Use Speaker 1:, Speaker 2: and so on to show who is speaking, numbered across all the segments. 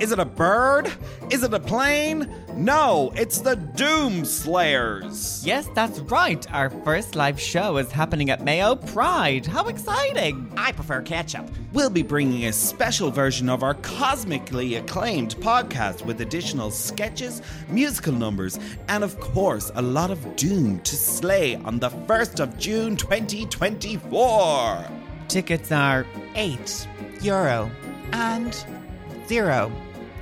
Speaker 1: Is it a bird? Is it a plane? No, it's the Doom Slayers.
Speaker 2: Yes, that's right. Our first live show is happening at Mayo Pride. How exciting!
Speaker 3: I prefer ketchup.
Speaker 1: We'll be bringing a special version of our cosmically acclaimed podcast with additional sketches, musical numbers, and of course, a lot of Doom to slay on the 1st of June 2024.
Speaker 2: Tickets are.
Speaker 3: Eight euro and zero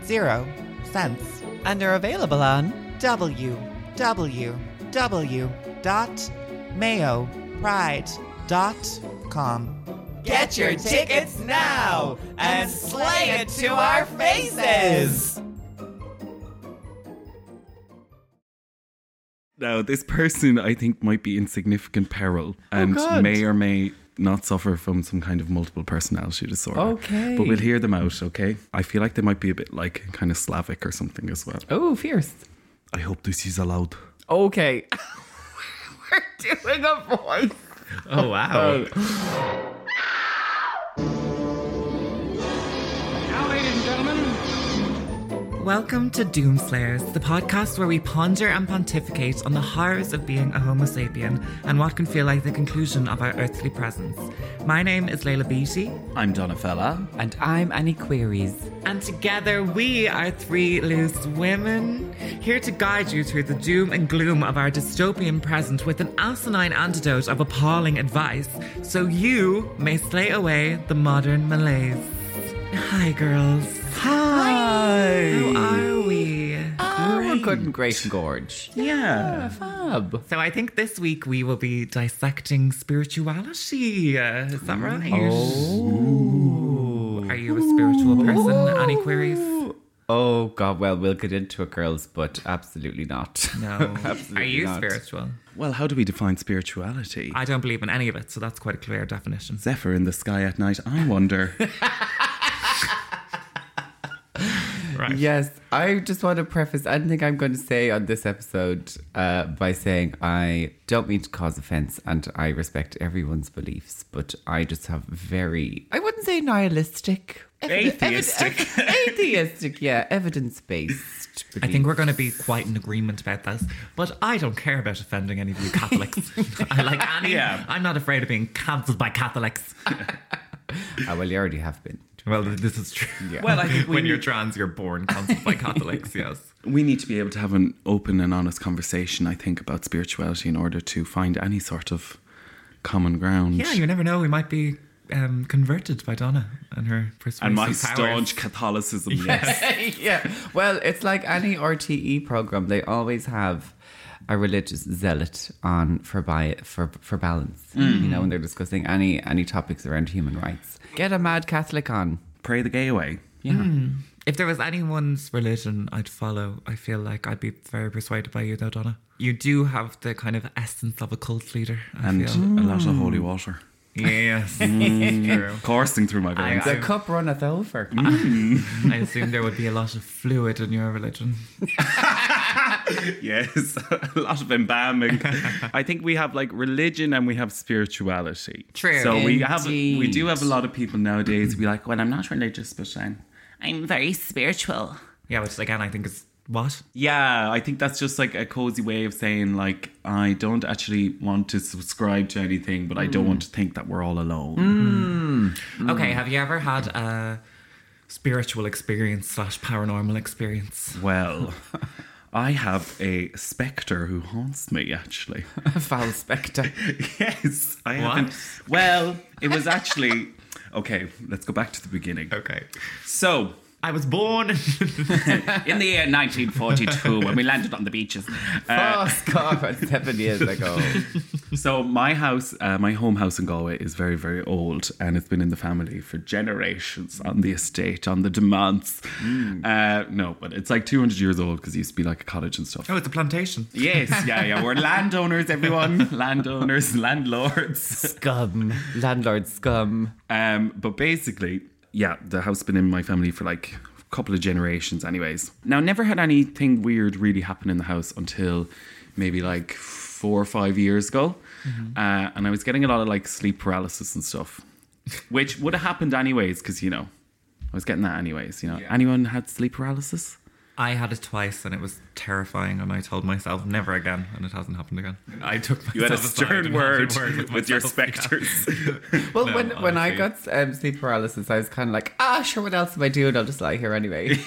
Speaker 3: zero cents.
Speaker 2: and are available on.
Speaker 3: W W W dot mayo pride dot com.
Speaker 2: Get your tickets now and slay it to our faces!
Speaker 4: Now, this person I think might be in significant peril and
Speaker 5: Oh, God.
Speaker 4: may or may not suffer from some kind of multiple personality disorder.
Speaker 5: Okay.
Speaker 4: But we'll hear them out, okay? I feel like they might be a bit like kind of Slavic or something as well.
Speaker 5: Oh, fierce.
Speaker 4: I hope this is allowed.
Speaker 5: Okay. We're doing a voice. Oh, wow.
Speaker 6: Welcome to Doomslayers, the podcast where we ponder and pontificate on the horrors of being a Homo sapien and what can feel like the conclusion of our earthly presence. My name is Layla Beatty,
Speaker 4: I'm Donafella.
Speaker 5: And I'm Annie Queries.
Speaker 6: and together we are three loose women here to guide you through the doom and gloom of our dystopian present with an asinine antidote of appalling advice so you may slay away the modern malaise. Hi, girls.
Speaker 5: Hi.
Speaker 6: How are we?
Speaker 5: Oh, good and great and gorge. Ah,
Speaker 4: Yeah.
Speaker 5: Fab.
Speaker 6: So I think this week we will be dissecting spirituality. Uh, Is that right?
Speaker 4: Oh.
Speaker 6: Are you a spiritual person? Any queries?
Speaker 5: Oh, God. Well, we'll get into it, girls, but absolutely not.
Speaker 6: No. Are
Speaker 5: Absolutely
Speaker 6: you
Speaker 5: not.
Speaker 6: spiritual?
Speaker 4: Well, how do we define spirituality?
Speaker 6: I don't believe in any of it, so that's quite a clear definition.
Speaker 4: Zephyr in the sky at night, I wonder.
Speaker 6: Right.
Speaker 5: Yes, I just want to preface anything I'm going to say on this episode uh, by saying I don't mean to cause offense and I respect everyone's beliefs, but I just have very, I wouldn't say nihilistic. evi- evi-
Speaker 4: Atheistic.
Speaker 5: atheistic, yeah, evidence based.
Speaker 6: I think we're going to be quite in agreement about this, but I don't care about offending any of you Catholics. I like Annie.
Speaker 4: Yeah.
Speaker 6: I'm not afraid of being cancelled by Catholics.
Speaker 5: Oh, well, you already have been.
Speaker 6: Well, this is true.
Speaker 4: Well, I think we
Speaker 6: when you're
Speaker 4: need-
Speaker 6: trans, you're born cancelled by Catholics. Yes.
Speaker 4: we need to be able to have an open and honest conversation, I think, about spirituality in order to find any sort of common ground.
Speaker 6: Yeah, you never know. We might be um, converted by Donna and her persuasive
Speaker 4: and my
Speaker 6: powers.
Speaker 4: staunch Catholicism. Yes.
Speaker 5: yeah. Well, it's like any RTE program, they always have a religious zealot on for bi- for for balance.
Speaker 4: Mm.
Speaker 5: You know, when they're discussing any any topics around human rights. Get a mad Catholic on.
Speaker 4: Pray the gay away.
Speaker 5: Yeah.
Speaker 6: If there was anyone's religion I'd follow, I feel like I'd be very persuaded by you, though, Donna. You do have the kind of essence of a cult leader. I
Speaker 4: And Mm.
Speaker 6: feel.
Speaker 4: a lot of holy water.
Speaker 6: yes, true.
Speaker 4: Coursing through my veins.
Speaker 5: The cup runneth over.
Speaker 6: I assume there would be a lot of fluid in your religion.
Speaker 4: yes. a lot of embalming. I think we have like religion and we have spirituality.
Speaker 6: True.
Speaker 4: So we have we
Speaker 5: Indeed.
Speaker 4: do have a lot of people nowadays be like, Well, I'm not religious, but I'm
Speaker 7: I'm very spiritual.
Speaker 6: Yeah, which again I think is what.
Speaker 4: Yeah, I think that's just like a cozy way of saying like I don't actually want to subscribe to anything, but I don't want to think that we're all alone. Mm.
Speaker 6: Okay, have you ever had a spiritual experience slash paranormal experience?
Speaker 4: Well, I have a spectre who haunts me actually.
Speaker 5: Foul spectre.
Speaker 4: yes, I
Speaker 6: What?
Speaker 4: haven't. Well, it was actually okay. Let's go back to the beginning.
Speaker 6: Okay,
Speaker 4: So,
Speaker 6: I was born.
Speaker 4: in the year 1942, when we landed on the beaches, uh,
Speaker 5: oh, God, seven years ago.
Speaker 4: so my house, uh, my home house in Galway, is very, very old, and it's been in the family for generations on the estate, on the demands. Uh, no, but it's like 200 years old because it used to be like a cottage and stuff.
Speaker 6: oh, it's a plantation.
Speaker 4: Yes, yeah, yeah. We're landowners, everyone. landowners, landlords.
Speaker 5: Scum. Landlord scum.
Speaker 4: Um, but basically, yeah, the house been in my family for like a couple of generations, anyways. Now, never had anything weird really happen in the house until maybe like four or five years ago, uh, and I was getting a lot of like sleep paralysis and stuff, which would have happened anyways because you know I was getting that anyways, you know. Anyone had sleep paralysis?
Speaker 6: I had it twice and it was terrifying, and I told myself never again, and it hasn't happened again. I took myself
Speaker 4: You had a
Speaker 6: aside
Speaker 4: stern
Speaker 6: and had a
Speaker 4: word, with, your
Speaker 6: myself, yeah.
Speaker 4: specters.
Speaker 5: Well,
Speaker 6: No,
Speaker 5: when when I
Speaker 6: honestly.
Speaker 5: got um, sleep paralysis, I was kind of like, ah, sure, what else am I doing? I'll just lie here anyway.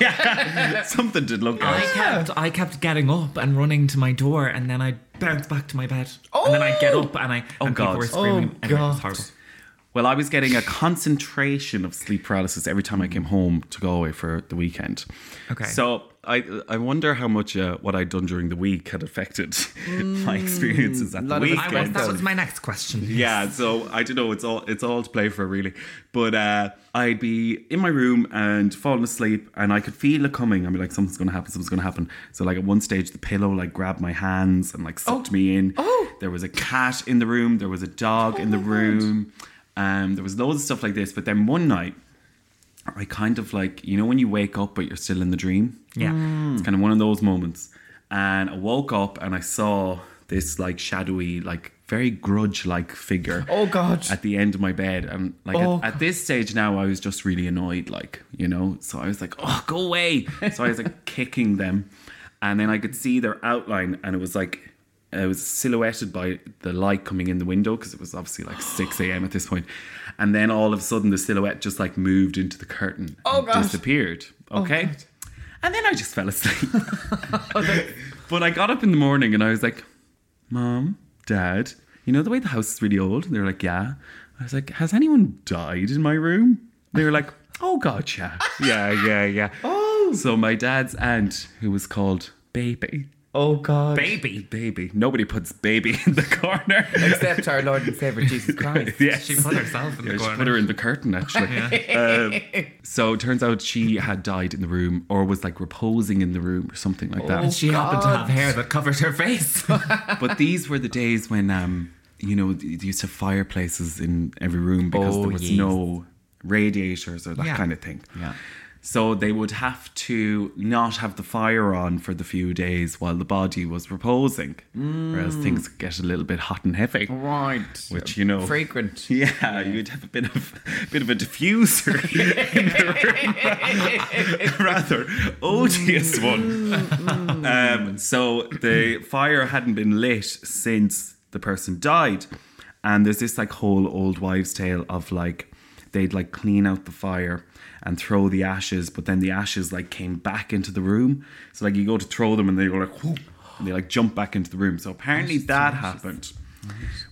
Speaker 4: Something did look
Speaker 6: I
Speaker 4: out.
Speaker 6: kept I kept getting up and running to my door, and then I bounce back to my bed, and then I get up and I
Speaker 4: Oh,
Speaker 6: and
Speaker 4: God.
Speaker 6: people were screaming.
Speaker 5: Oh,
Speaker 6: Anyway, it was
Speaker 5: God.
Speaker 6: horrible.
Speaker 4: Well, I was getting a concentration of sleep paralysis every time I came home to Galway for the weekend.
Speaker 6: Okay.
Speaker 4: So I I wonder how much uh, what I'd done during the week had affected my experiences at the
Speaker 5: lot of
Speaker 4: weekend.
Speaker 6: I was, that was my next question.
Speaker 4: yeah so i don't know it's all it's all to play for really but uh i'd be in my room and falling asleep and i could feel it coming i'd be like something's gonna happen something's gonna happen so like at one stage the pillow like grabbed my hands and like sucked me in
Speaker 5: Oh.
Speaker 4: there was a cat in the room there was a dog in the room um there was loads of stuff like this but then one night i kind of like you know when you wake up but you're still in the dream
Speaker 6: Yeah.
Speaker 5: Mm.
Speaker 4: it's kind of one of those moments. And I woke up and I saw this like shadowy, like very grudge like figure.
Speaker 5: Oh, God.
Speaker 4: At the end of my bed. And like
Speaker 5: Oh,
Speaker 4: at, at this stage now, I was just really annoyed, like, you know? So I was like, oh, go away. So I was like kicking them. And then I could see their outline and it was like, it was silhouetted by the light coming in the window because it was obviously like 6 a.m. at this point. And then all of a sudden, the silhouette just like moved into the curtain.
Speaker 5: Oh,
Speaker 4: and
Speaker 5: God. Oh,
Speaker 4: Disappeared. Okay. And then I just fell asleep. but I got up in the morning and I was like, Mom, Dad, you know the way the house is really old? And they were like, Yeah. I was like, Has anyone died in my room? They were like, Oh, God, yeah. Yeah, yeah, yeah. Oh. So my dad's aunt, who was called Baby.
Speaker 5: Oh God!
Speaker 4: Baby? Baby. Nobody puts baby in the corner.
Speaker 5: Except our Lord and Savior Jesus Christ.
Speaker 4: yes.
Speaker 6: She put herself in
Speaker 4: Yeah,
Speaker 6: the
Speaker 4: she
Speaker 6: corner.
Speaker 4: put her in the curtain actually. Um, so it turns out she had died in the room or was like reposing in the room or something like
Speaker 5: Oh,
Speaker 4: that.
Speaker 6: and she happened to have hair that covered her face.
Speaker 4: but these were the days when um you know they used to have fireplaces in every room because
Speaker 5: Oh,
Speaker 4: there was
Speaker 5: yes.
Speaker 4: no radiators or that
Speaker 6: Yeah.
Speaker 4: kind of thing
Speaker 5: Yeah.
Speaker 4: so they would have to not have the fire on for the few days while the body was reposing whereas things could get a little bit hot and heavy
Speaker 5: Mm. Right.
Speaker 4: which you know
Speaker 5: Fragrant.
Speaker 4: yeah, you'd have a bit of bit of a diffuser in the room. rather odious one. Um, so the fire hadn't been lit since the person died, and there's this like whole old wives' tale of like they'd like clean out the fire and throw the ashes, but then the ashes like came back into the room. So like you go to throw them and they go like whoop, and they like jump back into the room. So apparently that happened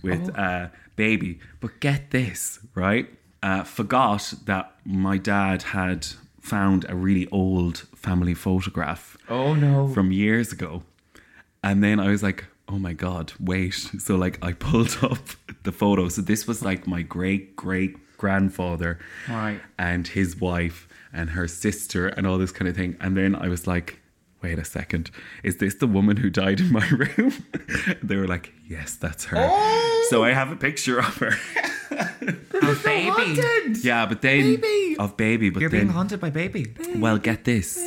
Speaker 4: with uh, baby. But get this, right? Uh, forgot that my dad had found a really old family photograph.
Speaker 5: Oh, no.
Speaker 4: From years ago, and then I was like, "Oh my god, wait!" So like I pulled up the photo. So this was like my great great grandfather,
Speaker 5: Right.
Speaker 4: and his wife and her sister and all this kind of thing. And then I was like, wait a second, is this the woman who died in my room? they were like, yes, that's her. So I have a picture of her.
Speaker 6: baby.
Speaker 4: yeah, but then of baby, but
Speaker 6: You're
Speaker 4: then
Speaker 6: being haunted by baby.
Speaker 4: well, get this.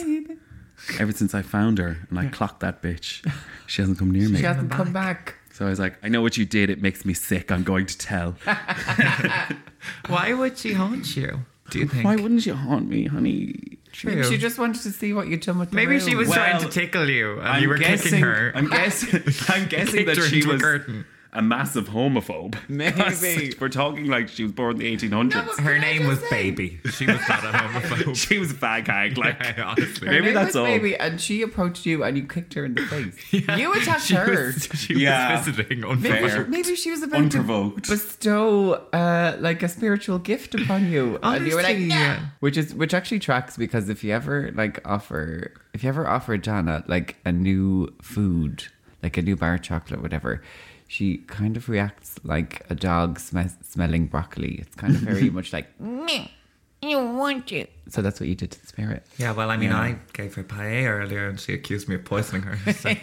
Speaker 4: Ever since I found her and I clocked that bitch, she hasn't come near me.
Speaker 5: She hasn't come back.
Speaker 4: so I was like, I know what you did. It makes me sick. I'm going to tell.
Speaker 6: Why would she haunt you? Do you think?
Speaker 4: Why wouldn't you haunt me, honey?
Speaker 5: Maybe
Speaker 6: True.
Speaker 5: she just wanted to see what you'd done with the
Speaker 6: Maybe she
Speaker 5: room.
Speaker 6: was
Speaker 4: Well,
Speaker 6: trying to tickle you, and you were kicking her.
Speaker 4: I'm guessing. I'm guessing
Speaker 6: Kicked
Speaker 4: that
Speaker 6: her
Speaker 4: she
Speaker 6: into a
Speaker 4: was
Speaker 6: curtain.
Speaker 4: a massive homophobe.
Speaker 5: Maybe.
Speaker 4: we're talking like she was born in the 1800s.
Speaker 6: her name was Baby. She was not a homophobe.
Speaker 4: she was a fag hag. Like
Speaker 6: Honestly.
Speaker 4: maybe
Speaker 5: Her name
Speaker 4: that's
Speaker 5: was
Speaker 4: all.
Speaker 5: Baby, and she approached you, and you kicked her in the face. You attacked
Speaker 6: She
Speaker 5: her.
Speaker 6: was, she
Speaker 4: Yeah.
Speaker 6: was visiting
Speaker 5: Maybe,
Speaker 6: unfair.
Speaker 5: she, maybe she was about
Speaker 4: unprovoked.
Speaker 5: to bestow uh, like a spiritual gift upon you, and you were like,
Speaker 6: Honestly,
Speaker 5: "Nah."
Speaker 6: yeah.
Speaker 5: which is which actually tracks because if you ever like offer if you ever offer Donna like a new food, like a new bar of chocolate, whatever. She kind of reacts like a dog sm- smelling broccoli. It's kind of very much like,
Speaker 7: Me, you want it.
Speaker 5: so that's what you did to the spirit.
Speaker 6: Yeah, well, I mean, I gave her paella earlier, and she accused me of poisoning her. so-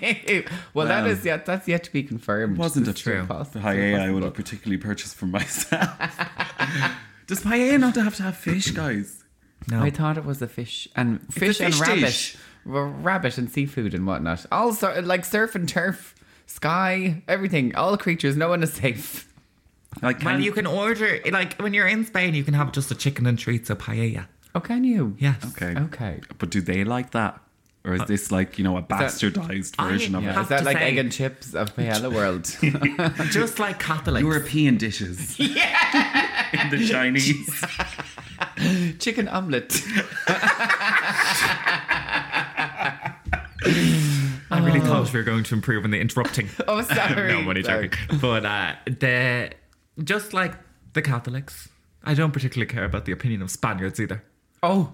Speaker 5: well, that is yet that's yet to be confirmed.
Speaker 4: wasn't a
Speaker 5: It's still
Speaker 4: true.
Speaker 5: possible.
Speaker 4: Paella I would have particularly purchased for myself. Does paella not have to have fish, guys?
Speaker 6: Oh.
Speaker 5: I thought it was a fish and fish,
Speaker 4: fish
Speaker 5: and rabbit,
Speaker 4: dish.
Speaker 5: R- rabbit and seafood and whatnot. All sor- like surf and turf, sky, everything, all creatures. No one is safe.
Speaker 4: Like, can
Speaker 6: Well, you can order like when you're in Spain, you can have just a chicken and treats or paella.
Speaker 5: Oh, can you?
Speaker 6: Yes.
Speaker 4: Okay.
Speaker 5: Okay.
Speaker 4: But do they like that? Or Uh, is this like, you know, a bastardized
Speaker 6: I-
Speaker 4: version of
Speaker 5: Yeah.
Speaker 6: Have
Speaker 5: Is that
Speaker 6: to
Speaker 5: like
Speaker 6: say-
Speaker 5: egg and chips of Paella World?
Speaker 6: Just like Catholics.
Speaker 4: it? European dishes. yeah. In the Chinese.
Speaker 5: Chicken omelette.
Speaker 6: I really thought we were going to improve on the interrupting.
Speaker 5: Oh, sorry.
Speaker 6: no money
Speaker 5: Sorry.
Speaker 6: joking. But uh, the just like the Catholics, I don't particularly care about the opinion of Spaniards either.
Speaker 5: Oh,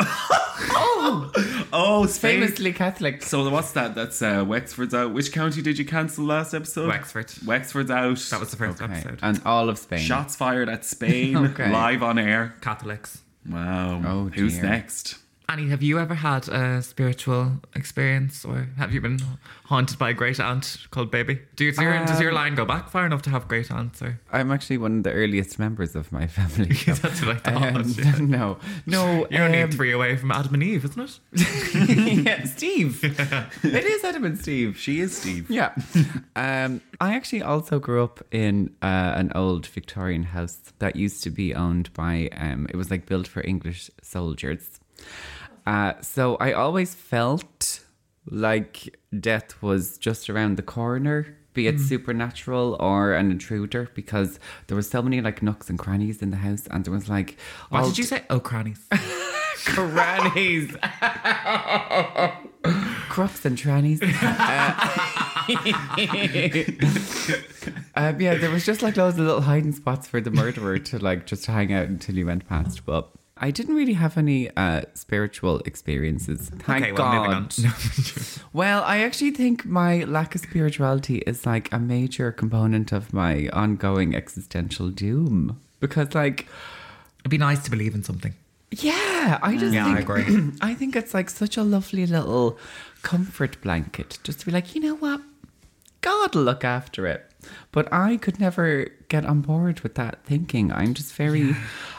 Speaker 4: oh, Spain.
Speaker 5: famously Catholic.
Speaker 4: So what's that? That's uh, Wexford's out. Which county did you cancel last episode?
Speaker 6: Wexford.
Speaker 4: Wexford's out.
Speaker 6: That was the first
Speaker 5: Okay. Uh,
Speaker 6: episode.
Speaker 5: And all of Spain.
Speaker 4: Shots fired at Spain
Speaker 5: Okay.
Speaker 4: live on air.
Speaker 6: Catholics.
Speaker 4: Wow.
Speaker 5: Oh,
Speaker 4: Who's
Speaker 5: dear.
Speaker 4: next?
Speaker 6: Annie, have you ever had a spiritual experience, or have you been haunted by a great aunt called Baby? Do you, does, your, does
Speaker 5: Um,
Speaker 6: your line go back far enough to have great aunts? Or
Speaker 5: I'm actually one of the earliest members of my family.
Speaker 6: That's what I thought.
Speaker 5: Um,
Speaker 6: yeah.
Speaker 5: No, no.
Speaker 6: You're only
Speaker 5: um,
Speaker 6: three away from Adam and Eve, isn't it?
Speaker 5: yeah, Steve. it is Adam and Steve.
Speaker 4: She is Steve.
Speaker 5: Yeah. Um, I actually also grew up in uh, an old Victorian house that used to be owned by, um, it was like built for English soldiers. Uh, so I always felt like death was just around the corner, be it supernatural or an intruder, because there were so many like nooks and crannies in the house, and there was like.
Speaker 6: What
Speaker 5: all
Speaker 6: did you say? Oh, crannies.
Speaker 5: crannies. Crops and trannies. Uh, um, yeah, there was just like loads of little hiding spots for the murderer to like just hang out until he went past. But I didn't really have any uh, spiritual experiences. Thank
Speaker 6: okay, well,
Speaker 5: God.
Speaker 6: moving on.
Speaker 5: Well, I actually think my lack of spirituality is like a major component of my ongoing existential doom. Because, like,
Speaker 6: It'd be nice to believe in something.
Speaker 5: yeah, I just
Speaker 6: Yeah, I
Speaker 5: think,
Speaker 6: agree.
Speaker 5: I think it's like such a lovely little comfort blanket just to be like, you know what? God will look after it. But I could never get on board with that thinking. I'm just very,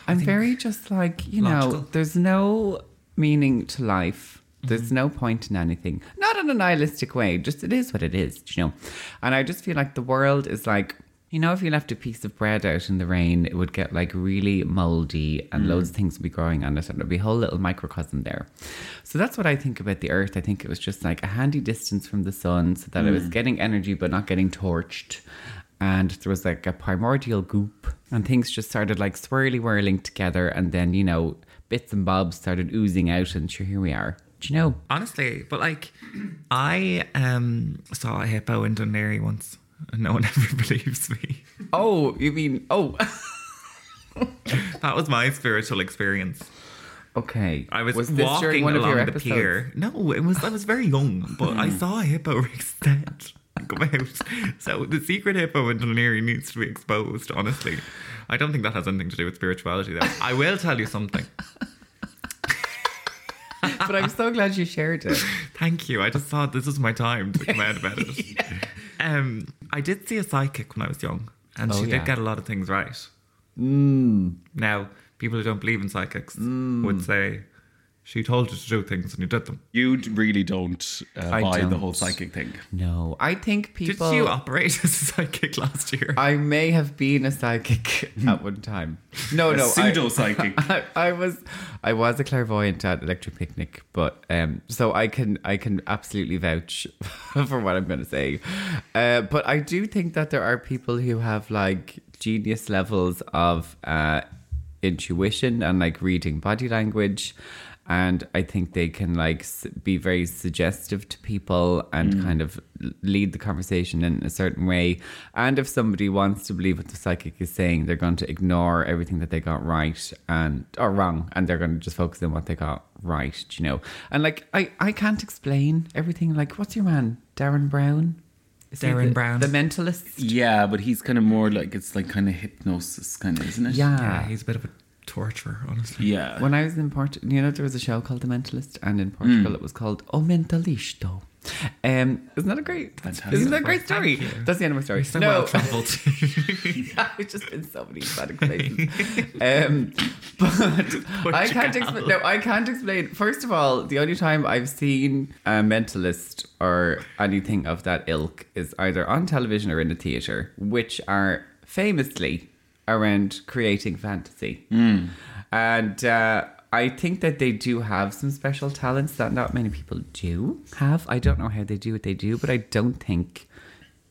Speaker 5: I'm very just like, you know,
Speaker 6: Logical.
Speaker 5: there's no meaning to life. There's no point in anything. Not in a nihilistic way, just it is what it is, you know. And I just feel like the world is like, you know, if you left a piece of bread out in the rain, it would get like really moldy and loads of things would be growing on it and it would be a whole little microcosm there. So that's what I think about the earth. I think it was just like a handy distance from the sun so that it was getting energy but not getting torched and there was like a primordial goop and things just started like swirly whirling together and then you know bits and bobs started oozing out and sure here we are do you know
Speaker 6: Honestly, but like, I um saw a hippo in Dunleary once, and no one ever believes me.
Speaker 5: oh you mean oh
Speaker 6: That was my spiritual experience.
Speaker 5: okay
Speaker 6: I was,
Speaker 5: this
Speaker 6: walking
Speaker 5: during one of
Speaker 6: along
Speaker 5: your
Speaker 6: the
Speaker 5: episodes? Hmm.
Speaker 6: pier. No, it was. I was very young, but I saw a hippo extend. Come out. So the secret hippo in Dunleary needs to be exposed. Honestly, I don't think that has anything to do with spirituality. Though I will tell you something.
Speaker 5: but i'm so glad you shared it
Speaker 6: Thank you. I just thought this was my time to come out about it. um, I did see a psychic when I was young, and
Speaker 5: Oh,
Speaker 6: she
Speaker 5: yeah. Mm.
Speaker 6: did get a lot of things right. Now, people who don't believe in psychics would say she told you to do things and you did them.
Speaker 4: You d- really don't uh,
Speaker 5: I
Speaker 4: buy the
Speaker 5: don't.
Speaker 4: whole psychic thing.
Speaker 5: no i think
Speaker 6: Did
Speaker 5: people Ah.
Speaker 6: you operate as a psychic last year?
Speaker 5: i may have been a psychic at one time no
Speaker 4: A
Speaker 5: no I-
Speaker 4: pseudo psychic.
Speaker 5: I, I was I was a clairvoyant at Electric Picnic, but um, so I can I can absolutely vouch for what I'm going to say. Uh, but I do think that there are people who have like genius levels of uh, intuition and like reading body language. And I think they can like s- be very suggestive to people and
Speaker 6: Mm.
Speaker 5: kind of lead the conversation in a certain way. And if somebody wants to believe what the psychic is saying, they're going to ignore everything that they got right and or wrong, and they're going to just focus on what they got right, do you know. And like I, I can't explain everything. Like, what's your man, Darren Brown? Is he
Speaker 6: Darren
Speaker 5: the-
Speaker 6: Brown.
Speaker 5: the mentalist.
Speaker 4: yeah, but he's kind of more like it's like kind of hypnosis, kind of, isn't it?
Speaker 5: Yeah.
Speaker 6: he's a bit of a torturer, honestly.
Speaker 4: Yeah.
Speaker 5: When I was in Portugal, you know, there was a show called The Mentalist, and in Portugal it was called O Mentalisto. Um, isn't that a great?
Speaker 4: Fantastic.
Speaker 5: Isn't that a great
Speaker 6: Thank
Speaker 5: story?
Speaker 6: you.
Speaker 5: That's the end of my story.
Speaker 6: So
Speaker 5: no,
Speaker 6: well traveled.
Speaker 5: I've just been so many exotic places. um, but I can't explain. No, I can't explain. First of all, the only time I've seen a mentalist or anything of that ilk is either on television or in a theatre, which are famously around creating fantasy. And uh, I think that they do have some special talents that not many people do have. I don't know how they do what they do, but I don't think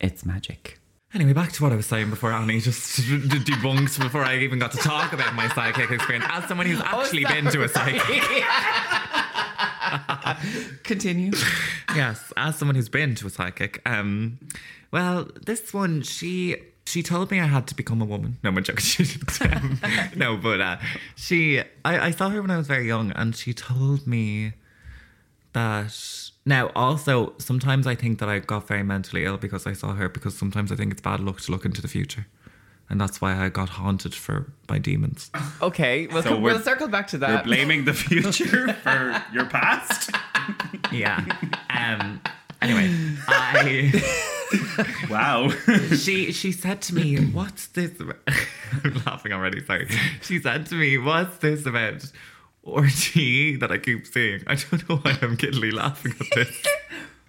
Speaker 5: it's magic.
Speaker 6: Anyway, back to what I was saying before Annie just d- debunked before I even got to talk about my psychic experience as someone who's
Speaker 5: Oh,
Speaker 6: actually been to a psychic.
Speaker 5: Continue.
Speaker 6: yes, as someone who's been to a psychic. Um, well, this one she she told me I had to become a woman. No, my joke. She didn't. Um, no, but uh, she I, I saw her when I was very young, and she told me that now also sometimes I think that I got very mentally ill because I saw her because sometimes I think it's bad luck to look into the future. And that's why I got haunted for by demons.
Speaker 5: Okay, well,
Speaker 4: So we're-
Speaker 5: we'll circle back to
Speaker 4: You're
Speaker 5: that.
Speaker 4: blaming the future for your past?
Speaker 6: Yeah. Um anyway, I
Speaker 4: Wow.
Speaker 6: she she said to me, "What's this?" about-" I'm laughing already. Sorry. She said to me, "What's this about orgy that I keep seeing?" I don't know why I'm giddily laughing at this.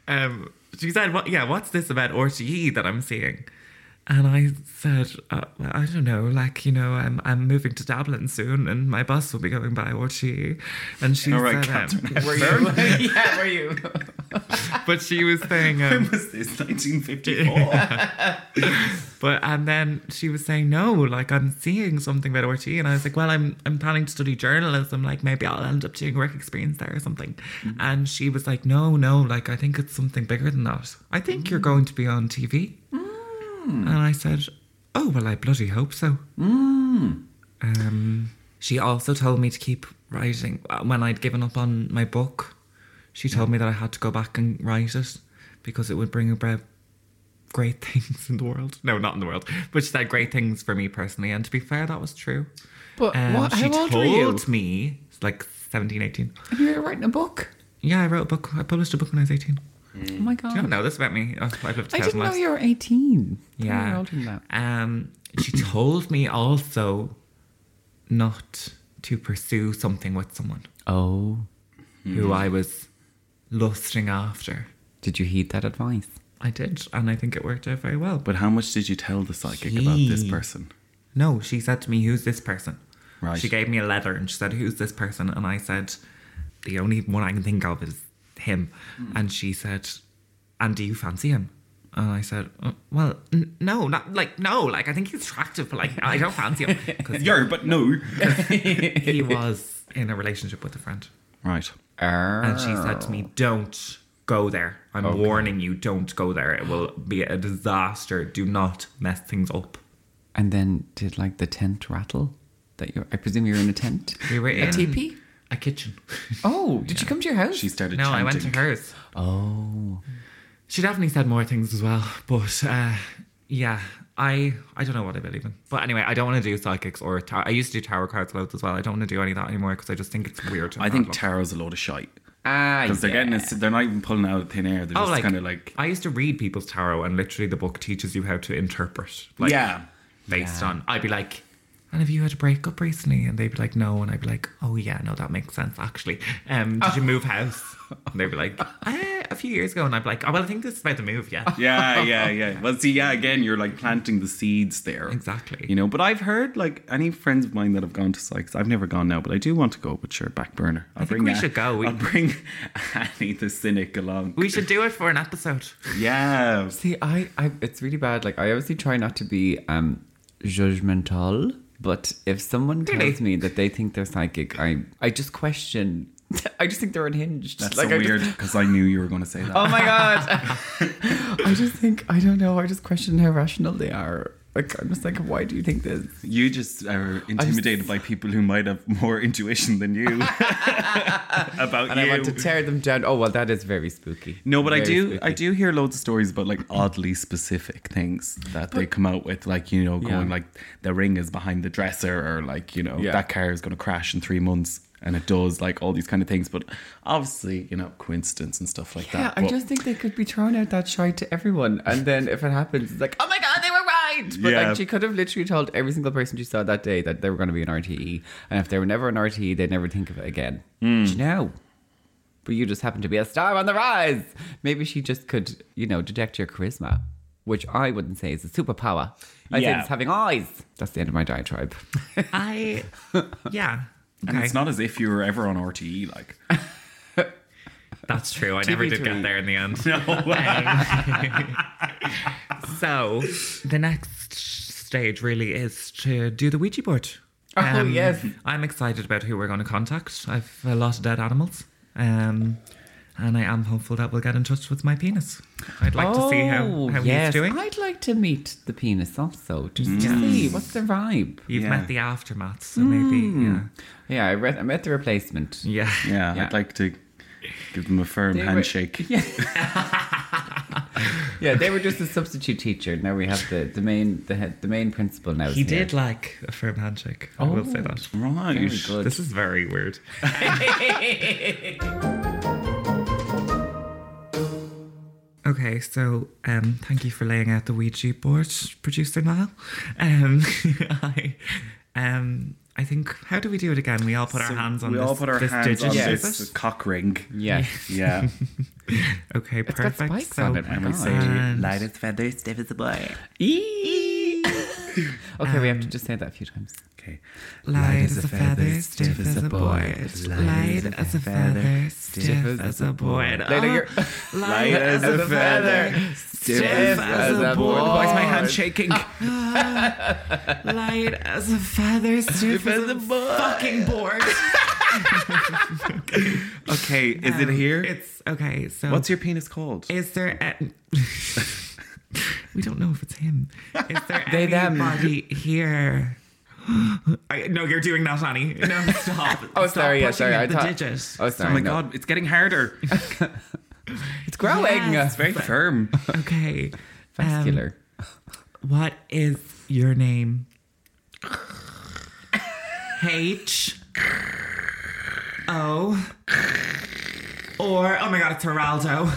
Speaker 6: um, she said, "What? Yeah, what's this about orgy that I'm seeing?" And I said, uh, well, I don't know, like, you know, I'm, I'm moving to Dublin soon and my bus will be going by Orchie. And she
Speaker 4: All right,
Speaker 6: said, um,
Speaker 4: Catherine.
Speaker 5: were you? yeah, were you?
Speaker 6: but she was saying, um,
Speaker 4: When was this? 1954.
Speaker 6: But and then she was saying no, like I'm seeing something about RT, and I was like, well, I'm I'm planning to study journalism, like maybe I'll end up doing work experience there or something. And she was like, no, no, like I think it's something bigger than that. I think you're going to be on TV. And I said, oh well, I bloody hope so. Um, she also told me to keep writing Uh, when I'd given up on my book. She told me that I had to go back and write it because it would bring about great things in the world. No, not in the world, but she said great things for me personally. And to be fair, that was true. Um,
Speaker 5: But what-
Speaker 6: she
Speaker 5: how old were
Speaker 6: told
Speaker 5: you?
Speaker 6: me like 17, 18.
Speaker 5: You were writing a book.
Speaker 6: Yeah, I wrote a book. I published a book when I was 18.
Speaker 5: Oh my
Speaker 6: Do you
Speaker 5: god!
Speaker 6: not know this about me? Oh, I've lived a
Speaker 5: I
Speaker 6: thousand
Speaker 5: didn't know
Speaker 6: lives.
Speaker 5: you were eighteen.
Speaker 6: yeah.
Speaker 5: You're older than that.
Speaker 6: Um, she told me also not to pursue something with someone
Speaker 5: Oh,
Speaker 6: who I was lusting after.
Speaker 5: did you heed that advice?
Speaker 6: I did, and I think it worked out very well. But
Speaker 4: But how much did you tell the psychic about this
Speaker 6: Gee.
Speaker 4: person?
Speaker 6: no, she said to me, "Who's this person?"
Speaker 4: Right.
Speaker 6: She gave me a letter and she said, "Who's this person?" And I said, "The only one I can think of is him." And she said, "And do you fancy him?" And I said, "Uh, "Well, n- no, not like no, like I think he's attractive, but like I don't fancy him because
Speaker 4: Yeah, but no.
Speaker 6: he was in a relationship with a friend."
Speaker 4: Right.
Speaker 5: Err.
Speaker 6: And she said to me, Don't go there. I'm warning you, don't go there. It will be a disaster. Do not mess things up.
Speaker 5: And then did like the tent rattle? That you, I presume you were in a tent.
Speaker 6: We were in
Speaker 5: a teepee.
Speaker 6: a kitchen.
Speaker 5: Oh, did she come to your house?
Speaker 4: She started
Speaker 6: no,
Speaker 4: chanting.
Speaker 6: I went to hers.
Speaker 5: oh,
Speaker 6: She definitely said more things as well. But uh, yeah, I I don't know what I believe in. But anyway, I don't want to do psychics or tar- I used to do tarot cards loads as well. I don't want to do any of that anymore because I just think it's weird. and
Speaker 4: I think
Speaker 6: bad luck.
Speaker 4: tarot's a load of shite.
Speaker 5: ah,
Speaker 4: Because they're
Speaker 5: yeah.
Speaker 4: getting it, they're not even pulling out of thin air. They're
Speaker 6: Oh,
Speaker 4: just
Speaker 6: like,
Speaker 4: kind of like,
Speaker 6: I used to read people's tarot, and literally the book teaches you how to interpret. Like,
Speaker 4: yeah.
Speaker 6: based on. I'd be like, and have you had a breakup recently? And they'd be like, no. And I'd be like, oh yeah, no, that makes sense actually. Um, did you move house? And they'd be like, eh, a few years ago. And I'd be like, oh well, I think this is about the move. Yeah.
Speaker 4: Yeah, yeah, yeah. Well, see, yeah, again, you're like planting the seeds there.
Speaker 6: Exactly.
Speaker 4: You know, but I've heard like any friends of mine that have gone to psychs, I've never gone now, but I do want to go, but sure, back burner. I'll
Speaker 6: think we should go. We-
Speaker 4: I'll bring Annie the cynic along.
Speaker 6: We should do it for an episode.
Speaker 4: yeah.
Speaker 5: See, I, I, it's really bad. Like, I obviously try not to be um judgmental, but if someone
Speaker 6: Really?
Speaker 5: tells me that they think they're psychic, I, I just question. I just think they're unhinged.
Speaker 4: That's
Speaker 5: like,
Speaker 4: so
Speaker 5: I just-
Speaker 4: weird because I knew you were going to say that.
Speaker 5: oh my god! I just think I don't know. I just question how rational they are. Like, I'm just like, why do you think this?
Speaker 4: You just are intimidated by people who might have more intuition than you about
Speaker 5: And
Speaker 4: you.
Speaker 5: I want to tear them down. Oh well, that is very spooky.
Speaker 4: No, but I
Speaker 5: Very
Speaker 4: do.
Speaker 5: spooky.
Speaker 4: I do hear loads of stories about like oddly specific things that they come out with, like you know, going
Speaker 5: Yeah.
Speaker 4: like the ring is behind the dresser, or like you know,
Speaker 5: Yeah.
Speaker 4: that car is going to crash in three months, and it does, like all these kind of things. But obviously, you know, coincidence and stuff like
Speaker 5: Yeah,
Speaker 4: that.
Speaker 5: I
Speaker 4: but-
Speaker 5: just think they could be throwing out that shite to everyone, and then if it happens, it's like, oh my god, they were right. But
Speaker 4: Yeah.
Speaker 5: like, she could have literally told every single person she saw that day that they were going to be an RTE, and if they were never an RTE, they'd never think of it again.
Speaker 6: Hmm.
Speaker 5: But you know, but you just happen to be a star on the rise. Maybe she just could, you know, detect your charisma, which I wouldn't say is a superpower. I
Speaker 4: Yeah.
Speaker 5: think it's having eyes. That's the end of my diatribe.
Speaker 6: I, yeah.
Speaker 4: And it's not as if you were ever on RTE, like.
Speaker 6: That's true. I never did get there in the end. Um, so the next stage really is to do the Ouija board. Um,
Speaker 5: Oh, yes.
Speaker 6: I'm excited about who we're going to contact. I've a lot of dead animals. Um, and I am hopeful that we'll get in touch with my penis. I'd like to see
Speaker 4: Oh,
Speaker 6: how, how he's doing.
Speaker 5: Oh,
Speaker 6: Hmm.
Speaker 5: I'd like to meet the penis also, just to see what's the vibe.
Speaker 6: You've
Speaker 4: Yeah. Hmm.
Speaker 6: met the aftermath, so maybe, yeah.
Speaker 5: Yeah, I, read, I met the replacement.
Speaker 6: Yeah.
Speaker 4: Yeah,
Speaker 5: Yeah.
Speaker 4: I'd like to give them a firm
Speaker 5: were-
Speaker 4: handshake.
Speaker 5: Yeah, they were just a substitute teacher. Now we have the, the main the head, the main principal now. is
Speaker 6: He
Speaker 5: here.
Speaker 6: did like a firm handshake. I will
Speaker 4: Oh.
Speaker 6: say that.
Speaker 4: Right.
Speaker 5: Very good.
Speaker 6: This is very weird. okay, so um, thank you for laying out the Ouija board, producer Niall. Um, I, um, I think how do we do it again? We all put our hands on
Speaker 4: we
Speaker 6: this.
Speaker 4: all put our
Speaker 6: this
Speaker 4: hands on
Speaker 6: digit,
Speaker 5: Yes.
Speaker 6: is
Speaker 4: this
Speaker 6: it?
Speaker 4: cock ring.
Speaker 5: yeah.
Speaker 4: Yeah.
Speaker 6: Okay,
Speaker 5: got
Speaker 6: perfect.
Speaker 5: spikes
Speaker 6: so,
Speaker 5: on it, my
Speaker 6: and we
Speaker 5: God.
Speaker 6: say,
Speaker 2: Light as feathers, stiff as a boy.
Speaker 5: Okay, we have to just say that a few times.
Speaker 4: Okay.
Speaker 6: Light as a feather, stiff as a boy. Light as a feather, stiff as a boy.
Speaker 5: Later, you're-
Speaker 6: Light
Speaker 4: as a feather,
Speaker 5: stiff
Speaker 6: as a
Speaker 4: Why is my
Speaker 5: board.
Speaker 4: hand shaking?
Speaker 6: Light as a feather, stiff as a fucking board.
Speaker 4: okay, is it here?
Speaker 6: It's okay. So
Speaker 4: What's your penis called?
Speaker 6: Is there? A- we don't know if it's him. Is there
Speaker 5: They, them.
Speaker 6: anybody here? I, no, you're doing that, Annie. No, stop.
Speaker 5: Oh,
Speaker 6: Stop
Speaker 5: sorry, yeah,
Speaker 6: pushing
Speaker 5: sorry,
Speaker 6: at
Speaker 5: I
Speaker 6: the
Speaker 5: thought-
Speaker 6: digit.
Speaker 5: Oh,
Speaker 4: Oh
Speaker 5: sorry.
Speaker 4: my
Speaker 5: no.
Speaker 4: god, it's getting harder. It's
Speaker 5: It's growing.
Speaker 6: Yes.
Speaker 4: very firm.
Speaker 6: Okay. Um,
Speaker 5: Vascular.
Speaker 6: What is your name? H O or oh my god, it's Geraldo.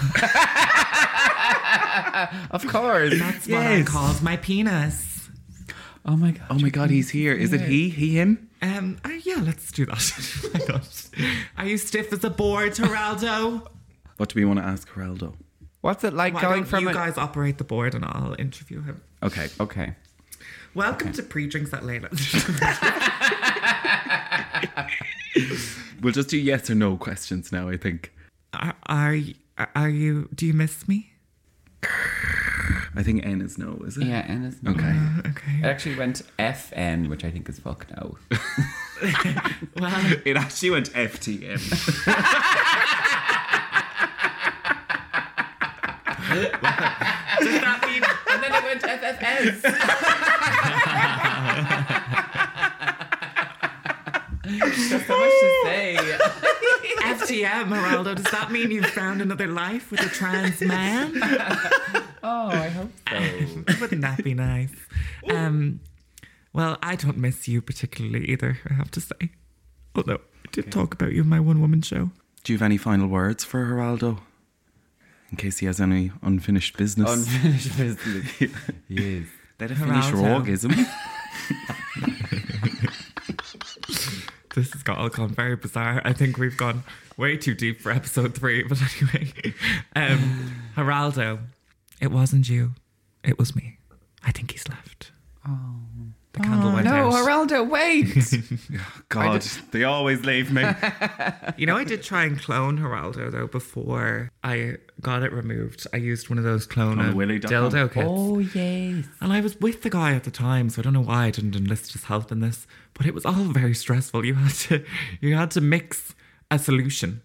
Speaker 5: of course.
Speaker 6: That's what I called my penis.
Speaker 5: Oh my god.
Speaker 4: Oh my god, he's here. Is it he? He him?
Speaker 6: Um, uh, yeah, let's do that. oh my gosh. Are you stiff as a board, Geraldo?
Speaker 4: What do we want to ask Geraldo?
Speaker 5: What's it like
Speaker 6: Why
Speaker 5: going
Speaker 6: don't
Speaker 5: from Oh,
Speaker 6: you
Speaker 5: a-
Speaker 6: guys operate the board and I'll interview him?
Speaker 4: Okay. oh,
Speaker 5: Okay.
Speaker 6: Welcome to pre-drinks at Layla.
Speaker 4: We'll just do yes or no questions now, I think.
Speaker 6: are, are y- are you? Do you miss me?
Speaker 4: I think N is no, is it?
Speaker 5: Yeah, and it's
Speaker 4: Okay.
Speaker 6: Okay.
Speaker 5: It actually went FN, which I think is fuck no.
Speaker 6: Well,
Speaker 4: It actually went FTM.
Speaker 6: does that mean?
Speaker 5: and then it went FFS. That's so much to say.
Speaker 6: FTM, Geraldo, does that mean you've found another life with a trans man?
Speaker 5: Oh, I hope so.
Speaker 6: Wouldn't that be nice? Um, well, I don't miss you particularly either, I have to say. Although I did talk about you in my one woman show.
Speaker 4: Do you have any final words for Geraldo? In case he has any unfinished business.
Speaker 5: Unfinished business. yes.
Speaker 4: Let it finish your
Speaker 6: Geraldo.
Speaker 4: orgasm.
Speaker 6: This has got all gone very bizarre. I think we've gone way too deep for episode three, but anyway. Um, Geraldo, it wasn't you, it was me. I think he's left. Oh. The candle went
Speaker 5: No,
Speaker 6: out.
Speaker 5: Geraldo, wait.
Speaker 4: God, they always leave me.
Speaker 6: You know, I did try and clone Geraldo though before I got it removed. I used one of those clone
Speaker 4: On
Speaker 6: uh,
Speaker 4: Willy.com.
Speaker 6: dildo kits,
Speaker 5: yes.
Speaker 6: and I was with the guy at the time, so I don't know why I didn't enlist his help in this. But it was all very stressful. You had to, you had to mix a solution,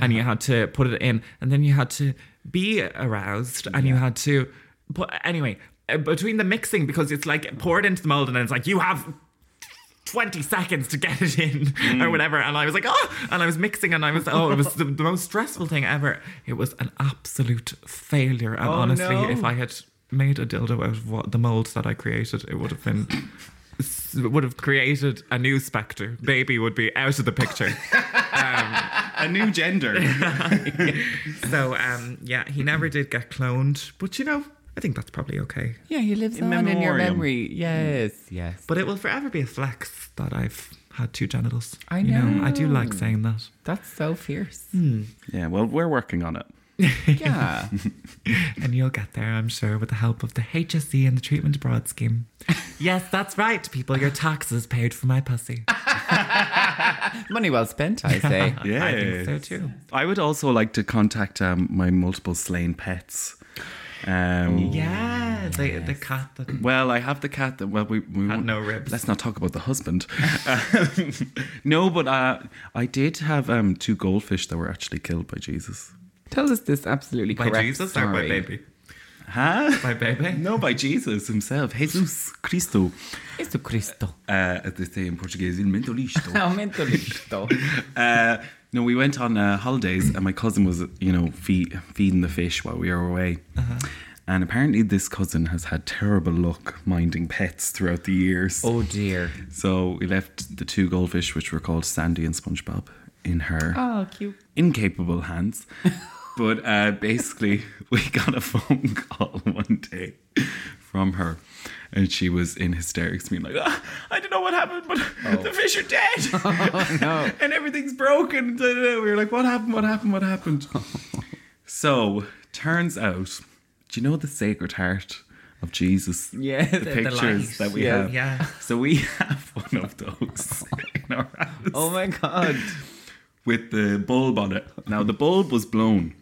Speaker 6: and you had to put it in, and then you had to be aroused, and you had to. But anyway, uh, between the mixing, because it's like poured into the mold, and then it's like you have 20 seconds to get it in
Speaker 5: Hmm.
Speaker 6: or whatever. And I was like, oh, and I was mixing and I was, oh, it was the, the most stressful thing ever. It was an absolute failure. And honestly,
Speaker 5: Oh, no.
Speaker 6: if I had made a dildo out of what, the mold that I created, it would have been. s- Would have created a new specter. Baby would be out of the picture.
Speaker 4: A new gender.
Speaker 6: so, um, yeah, he never did get cloned, but you know, I think that's probably okay.
Speaker 5: Yeah, he lives
Speaker 4: In
Speaker 5: on in your
Speaker 4: memoriam.
Speaker 5: memory. Yes, yes.
Speaker 6: But it will forever be a flex that I've had two genitals.
Speaker 5: I
Speaker 6: You
Speaker 5: know.
Speaker 6: I do like saying that.
Speaker 5: That's so fierce.
Speaker 4: Yeah, well, we're working on it.
Speaker 5: Yeah.
Speaker 6: And you'll get there, I'm sure, with the help of the HSE and the Treatment Abroad Scheme. yes, that's right, people. Your taxes paid for my pussy.
Speaker 5: Money well spent, I say.
Speaker 4: Yeah,
Speaker 6: I think so too.
Speaker 4: I would also like to contact um, my multiple slain pets. Um,
Speaker 6: Yeah, the, the cat that
Speaker 4: Well, I have the cat that well we, we won't-
Speaker 6: no ribs.
Speaker 4: Let's not talk about the husband. Um, no, but uh, I did have um, two goldfish that were actually killed by Jesus.
Speaker 5: Tell us this absolutely
Speaker 6: by
Speaker 5: correct
Speaker 6: Jesus
Speaker 5: story.
Speaker 6: or by baby?
Speaker 4: Huh?
Speaker 6: By baby?
Speaker 4: No, by Jesus himself, Jesus Cristo,
Speaker 5: Jesu Cristo.
Speaker 4: uh, as they say in Portuguese, il mentolisto.
Speaker 5: Aumento listo.
Speaker 4: Uh, no, we went on uh, holidays, and my cousin was, you know, feed, feeding the fish while we were away. And apparently, this cousin has had terrible luck minding pets throughout the years.
Speaker 5: Oh dear.
Speaker 4: So we left the two goldfish, which were called Sandy and SpongeBob, in her
Speaker 5: Oh, cute.
Speaker 4: incapable hands. but uh, basically, we got a phone call one day from her, and she was in hysterics, being like, "Ah, "I don't know what happened, but
Speaker 5: Oh.
Speaker 4: the fish are dead, and everything's broken." We were like, "What happened? What happened? What happened?" so turns out, do you know the Sacred Heart? Of Jesus,
Speaker 5: Yeah,
Speaker 4: the,
Speaker 5: the- the
Speaker 4: pictures
Speaker 6: light.
Speaker 4: that we
Speaker 5: Yeah.
Speaker 4: have.
Speaker 6: Yeah.
Speaker 4: So we have one of those in our house
Speaker 5: Oh my god.
Speaker 4: with the bulb on it. Now the bulb was blown.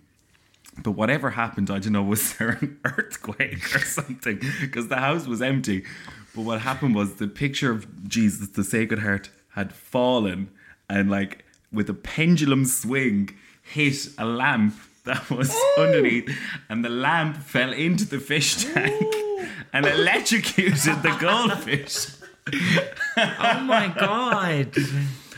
Speaker 4: But whatever happened, I don't know, was there an earthquake or something? Because the house was empty. But what happened was the picture of Jesus, the Sacred Heart, had fallen and, like, with a pendulum swing, hit a lamp that was underneath. And the lamp fell into the fish tank and electrocuted the goldfish.
Speaker 6: Oh my god.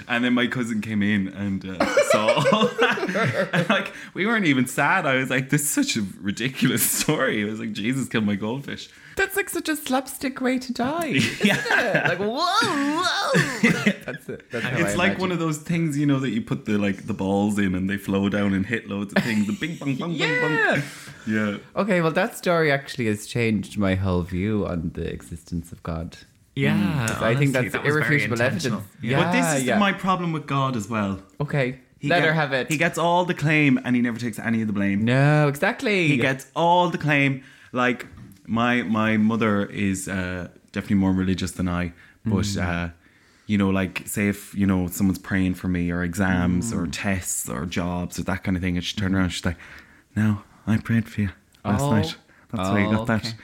Speaker 4: And then my cousin came in and uh, saw all that. And, like, we weren't even sad. I was like, this is such a ridiculous story. I was like, Jesus killed my goldfish.
Speaker 5: That's like such a slapstick way to die. Isn't it? Like whoa, whoa. That's it. That's how I
Speaker 4: it's like
Speaker 5: imagine.
Speaker 4: one of those things, you know, that you put the like the balls in and they flow down and hit loads of things. The bing bong bong bong bong.
Speaker 5: Yeah.
Speaker 4: Yeah.
Speaker 5: Okay, well that story actually has changed my whole view on the existence of God.
Speaker 6: Yeah.
Speaker 5: Mm, I think
Speaker 6: honestly,
Speaker 5: that's
Speaker 6: that was very
Speaker 5: irrefutable
Speaker 6: intentional.
Speaker 5: evidence. Yeah,
Speaker 4: but this is
Speaker 5: Ah, yeah.
Speaker 4: my problem with God as well.
Speaker 5: Okay.
Speaker 4: He
Speaker 5: Let
Speaker 4: get-
Speaker 5: her have it.
Speaker 4: He gets all the claim and he never takes any of the blame.
Speaker 5: no, exactly.
Speaker 4: he gets all the claim. Like my my mother is uh, definitely more religious than I, but
Speaker 5: Mm.
Speaker 4: uh, you know, like say if you know someone's praying for me or exams
Speaker 5: Mm.
Speaker 4: or tests or jobs or that kind of thing, and she turned around, she's like, "No, I prayed for you last
Speaker 5: Oh.
Speaker 4: night. That's why you got
Speaker 5: Okay.
Speaker 4: that."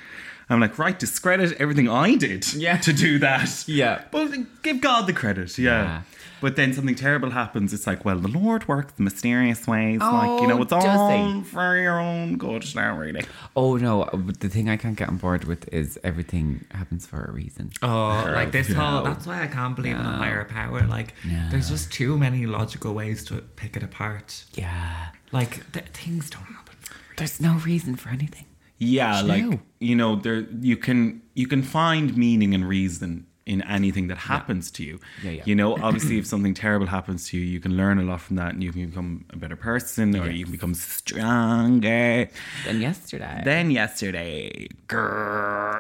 Speaker 4: I'm like, right, discredit everything I did
Speaker 5: Yeah.
Speaker 4: to do that.
Speaker 5: Yeah.
Speaker 4: But give God the credit, yeah.
Speaker 5: Yeah.
Speaker 4: But then something terrible happens. It's like, well, the Lord works in mysterious ways. like, you know,
Speaker 5: Oh,
Speaker 4: it's
Speaker 5: does he?
Speaker 4: all for your own good now, really.
Speaker 5: Oh no! uh, but The thing I can't get on board with is everything happens for a reason.
Speaker 6: Oh, like this whole. That's why I can't believe in a higher power. Like, there's just too many logical ways to pick it apart.
Speaker 5: Yeah,
Speaker 6: Like, th- things don't happen.
Speaker 5: there's no reason for anything.
Speaker 4: Yeah,
Speaker 5: True.
Speaker 4: like you know, there you can you can find meaning and reason in anything that happens to you.
Speaker 5: Yeah, yeah.
Speaker 4: You know, obviously, if something terrible happens to you, you can learn a lot from that, and you can become a better person, or you can become stronger.
Speaker 5: Then yesterday,
Speaker 4: Then yesterday, grrr.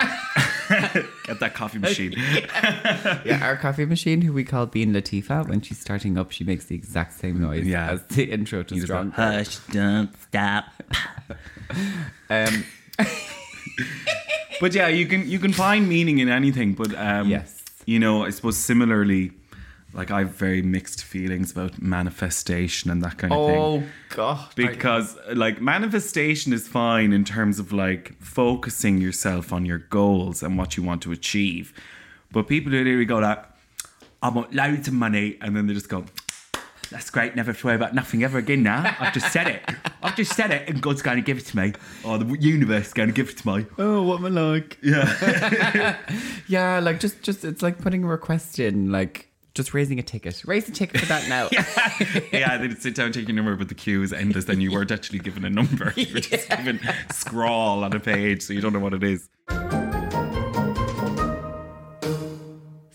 Speaker 4: get that coffee machine.
Speaker 5: yeah, our coffee machine, who we call Bean Latifa, when she's starting up, she makes the exact same noise
Speaker 4: Yeah.
Speaker 5: as the intro to
Speaker 4: Just go,
Speaker 5: Strong.
Speaker 4: Hush, don't stop.
Speaker 5: Um,
Speaker 4: but yeah, you can you can find meaning in anything. But um,
Speaker 5: Yes.
Speaker 4: you know, I suppose similarly, like I have very mixed feelings about manifestation and that kind of thing
Speaker 5: oh god!
Speaker 4: because like manifestation is fine in terms of like focusing yourself on your goals and what you want to achieve but people who really go like i want loads of money and then they just go that's great never have to worry about nothing ever again now i've just said it i've just said it and god's going to give it to me or the universe is going to give it to me
Speaker 5: oh, what am I like?
Speaker 4: yeah
Speaker 5: Yeah, like just, just it's like putting a request in, like just raising a ticket. Raise a ticket for that now.
Speaker 4: yeah they'd sit down take your number but the queue is endless then you weren't actually given a number you were just given scrawl on a page so you don't know what it is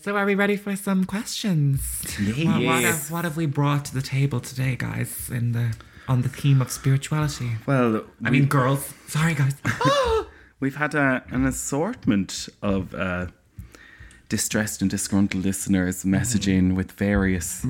Speaker 6: So, are we ready for some questions? What, what, have, what have we brought to the table today, guys? In the on the theme of spirituality.
Speaker 4: well
Speaker 6: I mean, girls. Sorry, guys.
Speaker 4: We've had a, an assortment of uh, distressed and disgruntled listeners messaging with Hmm. various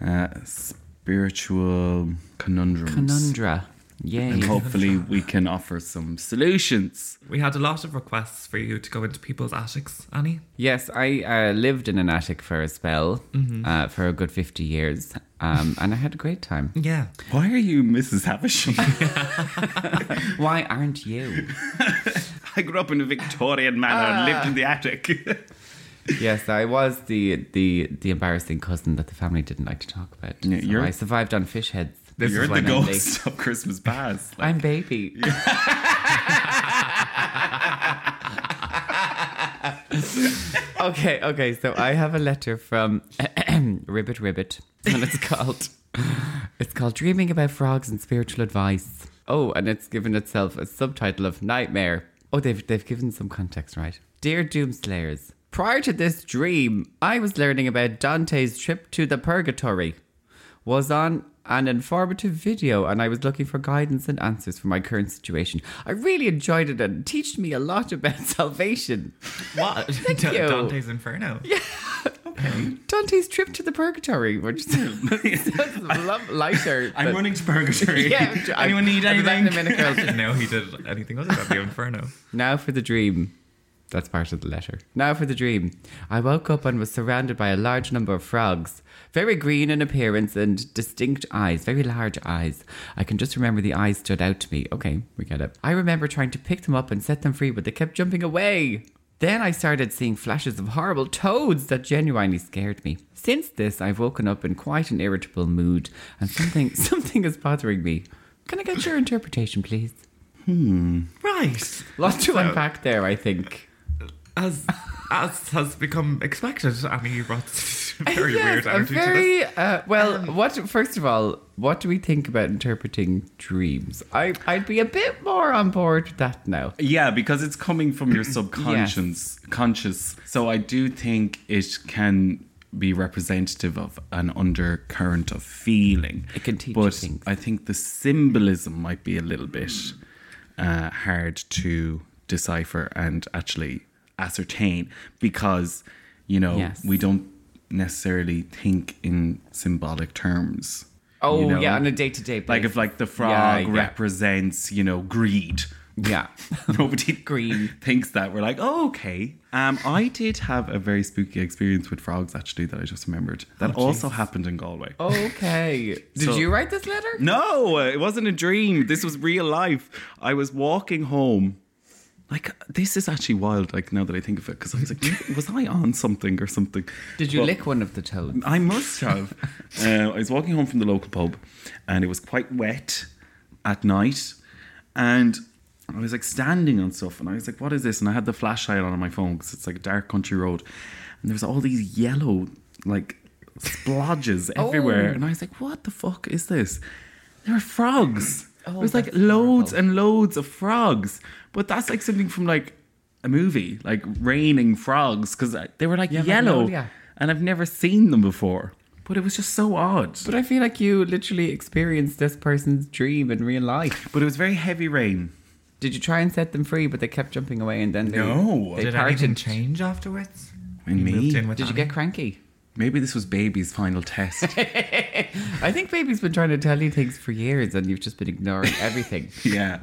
Speaker 4: uh, spiritual conundrums.
Speaker 5: Conundra. Yay.
Speaker 4: And hopefully we can offer some solutions.
Speaker 6: We had a lot of requests for you to go into people's attics, Annie.
Speaker 5: Yes, I uh, lived in an attic for a spell uh, for a good 50 years, um, and I had a great time.
Speaker 6: Yeah.
Speaker 4: Why are you Mrs. Havisham?
Speaker 5: Why aren't you?
Speaker 4: I grew up in a Victorian manor and lived in the attic.
Speaker 5: yes, I was the, the the embarrassing cousin that the family didn't like to talk about.
Speaker 4: Yeah,
Speaker 5: So
Speaker 4: you're-
Speaker 5: I survived on fish heads. This
Speaker 4: You're
Speaker 5: is
Speaker 4: the
Speaker 5: when I'm late.
Speaker 4: ghost of Christmas past. Like,
Speaker 5: I'm baby. okay, okay. So I have a letter from Ribbit Ribbit, and it's called it's called Dreaming About Frogs and Spiritual Advice. Oh, and it's given itself a subtitle of Nightmare. Oh, they've they've given some context, right? Dear Doomslayers, prior to this dream, I was learning about Dante's trip to the purgatory was on an informative video and I was looking for guidance and answers for my current situation. I really enjoyed it and taught me a lot about salvation.
Speaker 6: What?
Speaker 5: Thank you.
Speaker 6: Dante's Inferno. Yeah.
Speaker 5: Dante's trip to the purgatory, which love lighter.
Speaker 4: I'm
Speaker 5: but-
Speaker 4: running to purgatory.
Speaker 5: Yeah, I-
Speaker 4: Anyone need
Speaker 5: I'll be back
Speaker 4: anything?
Speaker 5: in a minute, girls.
Speaker 6: didn't know he did anything other than the Inferno.
Speaker 5: Now for the dream. That's part of the letter. Now for the dream. I woke up and was surrounded by a large number of frogs. Very green in appearance and distinct eyes, very large eyes. I can just remember the eyes stood out to me. Okay, we get it. I remember trying to pick them up and set them free, but they kept jumping away. Then I started seeing flashes of horrible toads that genuinely scared me. Since this, I've woken up in quite an irritable mood, and something something is bothering me. Can I get your interpretation, please?
Speaker 6: Right.
Speaker 5: Lot to unpack there, I think.
Speaker 6: As as has become expected, Annie, you brought very
Speaker 5: Yes,
Speaker 6: weird
Speaker 5: a
Speaker 6: energy to this.
Speaker 5: very, uh, well, what? First of all, what do we think about interpreting dreams? I, I'd be a bit more on board with that now.
Speaker 4: Yeah, because it's coming from your subconscious conscious. So I do think it can be representative of an undercurrent of feeling.
Speaker 5: It can teach you
Speaker 4: but
Speaker 5: things.
Speaker 4: I think the symbolism might be a little bit uh, hard to decipher and actually ascertain because you know
Speaker 5: Yes.
Speaker 4: we don't necessarily think in symbolic terms.
Speaker 5: Oh,
Speaker 4: you know?
Speaker 5: yeah, on a day to day basis.
Speaker 4: like if like the
Speaker 5: yeah.
Speaker 4: frog represents you know greed
Speaker 5: yeah.
Speaker 4: nobody
Speaker 5: Green.
Speaker 4: thinks that we're like oh okay um i did have a very spooky experience with frogs actually that i just remembered that also happened in galway
Speaker 5: okay. Did
Speaker 4: So-
Speaker 5: you write this letter?
Speaker 4: no it wasn't a dream this was real life i was walking home like this is actually wild like now that i think of it because i was like was i on something or something
Speaker 5: Did you
Speaker 4: But-
Speaker 5: lick one of the toads?
Speaker 4: I must have. uh, I was walking home from the local pub, and it was quite wet at night, and I was like standing on stuff, and I was like, "What is this?" And I had the flashlight on my phone because it's like a dark country road, and there was all these yellow like splodges everywhere, and I was like, "What the fuck is this?" There were frogs. there was like loads and loads of frogs, but that's like something from like a movie, like raining frogs, because they were like yellow
Speaker 5: Magnolia.
Speaker 4: and I've never seen them before. But it was just so odd.
Speaker 5: But I feel like you literally experienced this person's dream in real life.
Speaker 4: But it was very heavy rain.
Speaker 5: Did you try and set them free, but they kept jumping away and then they.
Speaker 4: No.
Speaker 5: They
Speaker 6: Did anything
Speaker 5: parted.
Speaker 6: change afterwards?
Speaker 4: And
Speaker 6: You moved in
Speaker 4: me.
Speaker 6: with
Speaker 5: Did you
Speaker 6: Annie.
Speaker 5: get cranky?
Speaker 4: Maybe this was baby's final test.
Speaker 5: I think baby's been trying to tell you things for years and you've just been ignoring everything.
Speaker 4: yeah.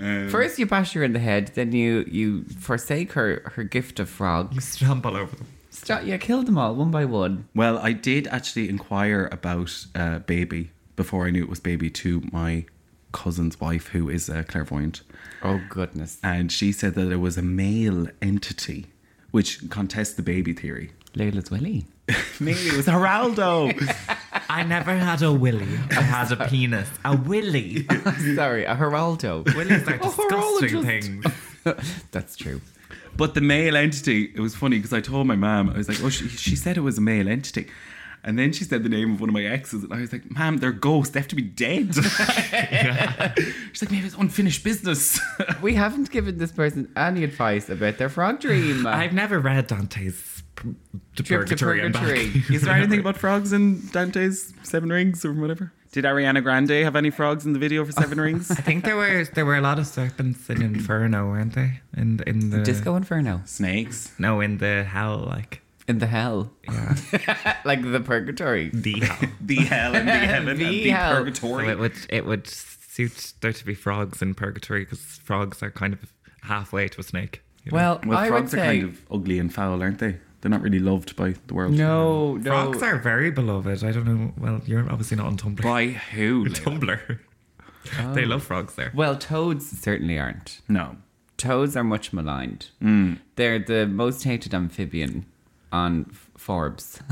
Speaker 4: Um,
Speaker 5: First you bash her in the head, then you you forsake her her gift of frog.
Speaker 6: You stumble over them.
Speaker 5: Start, yeah, kill them all one by one.
Speaker 4: well, I did actually inquire about uh, baby before I knew it was baby to my cousin's wife, who is uh, clairvoyant.
Speaker 5: Oh goodness,
Speaker 4: And she said that it was a male entity, which contests the baby theory.
Speaker 5: Layla's Willie.
Speaker 4: Maybe it was Geraldo.
Speaker 6: I never had a willy. I had a penis. A willy.
Speaker 5: Sorry, a Geraldo.
Speaker 6: Willies are
Speaker 5: A
Speaker 6: disgusting
Speaker 5: horologist.
Speaker 6: things.
Speaker 5: That's true.
Speaker 4: But the male entity, it was funny because I told my mom, I was like, oh, she, she said it was a male entity. And then she said the name of one of my exes, and I was like, ma'am, they're ghosts. They have to be dead. She's like, maybe it's unfinished business.
Speaker 5: We haven't given this person any advice about their frog dream.
Speaker 6: I've never read Dante's pr- the
Speaker 5: Trip to
Speaker 6: Purgatory and
Speaker 5: Purgatory.
Speaker 6: back.
Speaker 4: Is there anything about frogs in Dante's Seven Rings or whatever? Did Ariana Grande have any frogs in the video for Seven Rings?
Speaker 6: I think there were there were a lot of serpents in Inferno, weren't they? In in the
Speaker 5: Disco Inferno.
Speaker 4: Snakes.
Speaker 6: No, in the hell, like
Speaker 5: In the hell. like the purgatory.
Speaker 6: the hell.
Speaker 4: The hell and the heaven
Speaker 5: The
Speaker 4: and the
Speaker 5: hell.
Speaker 6: so
Speaker 4: purgatory.
Speaker 6: it would it would suit there to be frogs in purgatory because frogs are kind of halfway to a snake. you know?
Speaker 5: Well,
Speaker 4: Well,
Speaker 5: I
Speaker 4: frogs
Speaker 5: would
Speaker 4: are
Speaker 5: say
Speaker 4: kind of ugly and foul, aren't they? They're not really loved by the world.
Speaker 5: no, no.
Speaker 6: frogs are very beloved. I don't know. Well, you're obviously not on Tumblr.
Speaker 4: By who? Leo?
Speaker 6: Tumblr.
Speaker 5: Oh.
Speaker 6: They love frogs there.
Speaker 5: Well, toads certainly aren't.
Speaker 4: No.
Speaker 5: Toads are much maligned. They're the most hated amphibian on F- Forbes.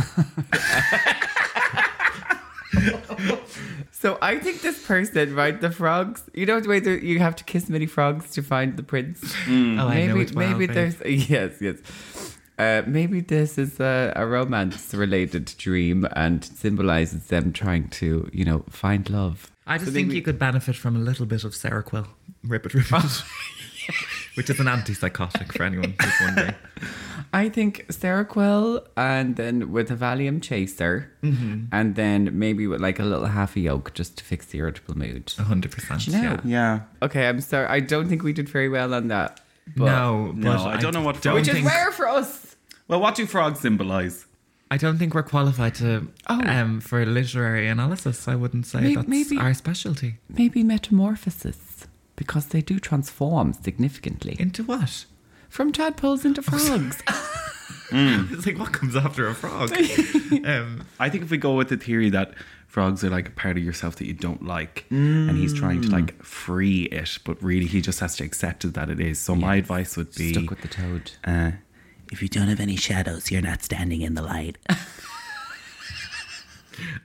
Speaker 5: so I think this person, right, the frogs. You know the way that you have to kiss many frogs to find the prince.
Speaker 6: Oh, I know
Speaker 5: maybe
Speaker 6: it well,
Speaker 5: maybe
Speaker 6: babe.
Speaker 5: there's yes yes. Uh, maybe this is a, a romance-related dream and symbolizes them trying to, you know, find love.
Speaker 6: I just think you could benefit from a little bit of Seroquel, rip it, rip it, which is an antipsychotic for anyone who's wondering.
Speaker 5: I think Seroquel and then with a Valium chaser and then maybe with like a little half a yolk just to fix the irritable mood.
Speaker 6: A hundred percent.
Speaker 5: No.
Speaker 6: Yeah.
Speaker 4: Yeah.
Speaker 5: Okay, I'm sorry. I don't think we did very well on that. But
Speaker 6: No,
Speaker 4: No,
Speaker 6: but
Speaker 4: I don't know what
Speaker 6: Don't
Speaker 4: frogs-
Speaker 5: Which is
Speaker 6: think,
Speaker 5: rare for us.
Speaker 4: Well, what do frogs symbolise?
Speaker 6: I don't think we're qualified to um, for literary analysis. I wouldn't say
Speaker 5: May-
Speaker 6: that's
Speaker 5: maybe-
Speaker 6: our specialty.
Speaker 5: Maybe metamorphosis because they do transform significantly
Speaker 6: Into what?
Speaker 5: from tadpoles into frogs.
Speaker 6: It's like what comes after a frog. um,
Speaker 4: I think if we go with the theory that frogs are like a part of yourself that you don't like, and he's trying to
Speaker 5: Mm.
Speaker 4: like free it, but really he just has to accept it that it is. So my advice would be
Speaker 5: Stuck with the toad.
Speaker 4: uh,
Speaker 2: If you don't have any shadows, you're not standing in the light.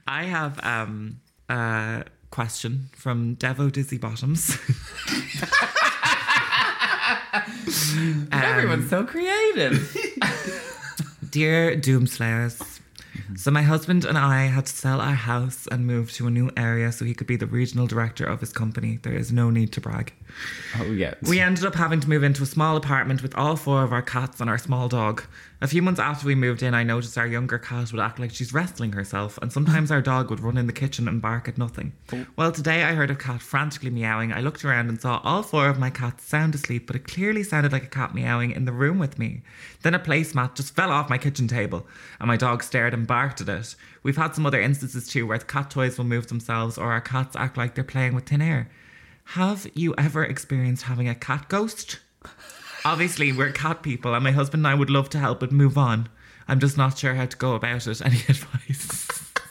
Speaker 6: I have um, a question from Devo Dizzy Bottoms.
Speaker 5: Everyone's so creative.
Speaker 6: Dear Doomslayers, so my husband and I had to sell our house and move to a new area so he could be the regional director of his company. There is no need to brag.
Speaker 5: oh yeah.
Speaker 6: We ended up having to move into a small apartment with all four of our cats and our small dog. A few months after we moved in, I noticed our younger cat would act like she's wrestling herself, and sometimes our dog would run in the kitchen and bark at nothing. Well, today I heard a cat frantically meowing. I looked around and saw all four of my cats sound asleep, but it clearly sounded like a cat meowing in the room with me. Then a placemat just fell off my kitchen table, and my dog stared and barked at it. We've had some other instances too where the cat toys will move themselves or our cats act like they're playing with thin air. Have you ever experienced having a cat ghost? Obviously, we're cat people, and my husband and I would love to help, but move on. I'm just not sure how to go about it. Any advice?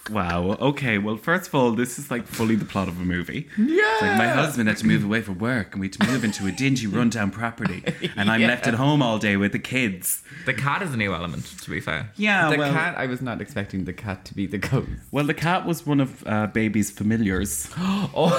Speaker 4: Wow. Okay. Well, first of all, this is like fully the plot of a movie. Yeah. It's like my husband had to move away for work, and we had to move into a dingy, rundown property, and I'm left at home all day with the kids.
Speaker 6: The cat is a new element, to be fair.
Speaker 4: Yeah.
Speaker 5: the
Speaker 4: well,
Speaker 5: cat. I was not expecting the cat to be the ghost.
Speaker 4: well, the cat was one of uh, baby's familiars. oh.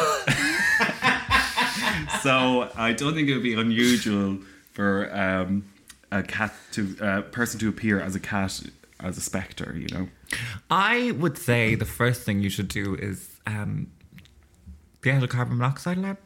Speaker 4: so I don't think it would be unusual for um, a cat to a person to appear as a cat as a specter. You know.
Speaker 6: I would say the first thing you should do is um, get a carbon monoxide lab.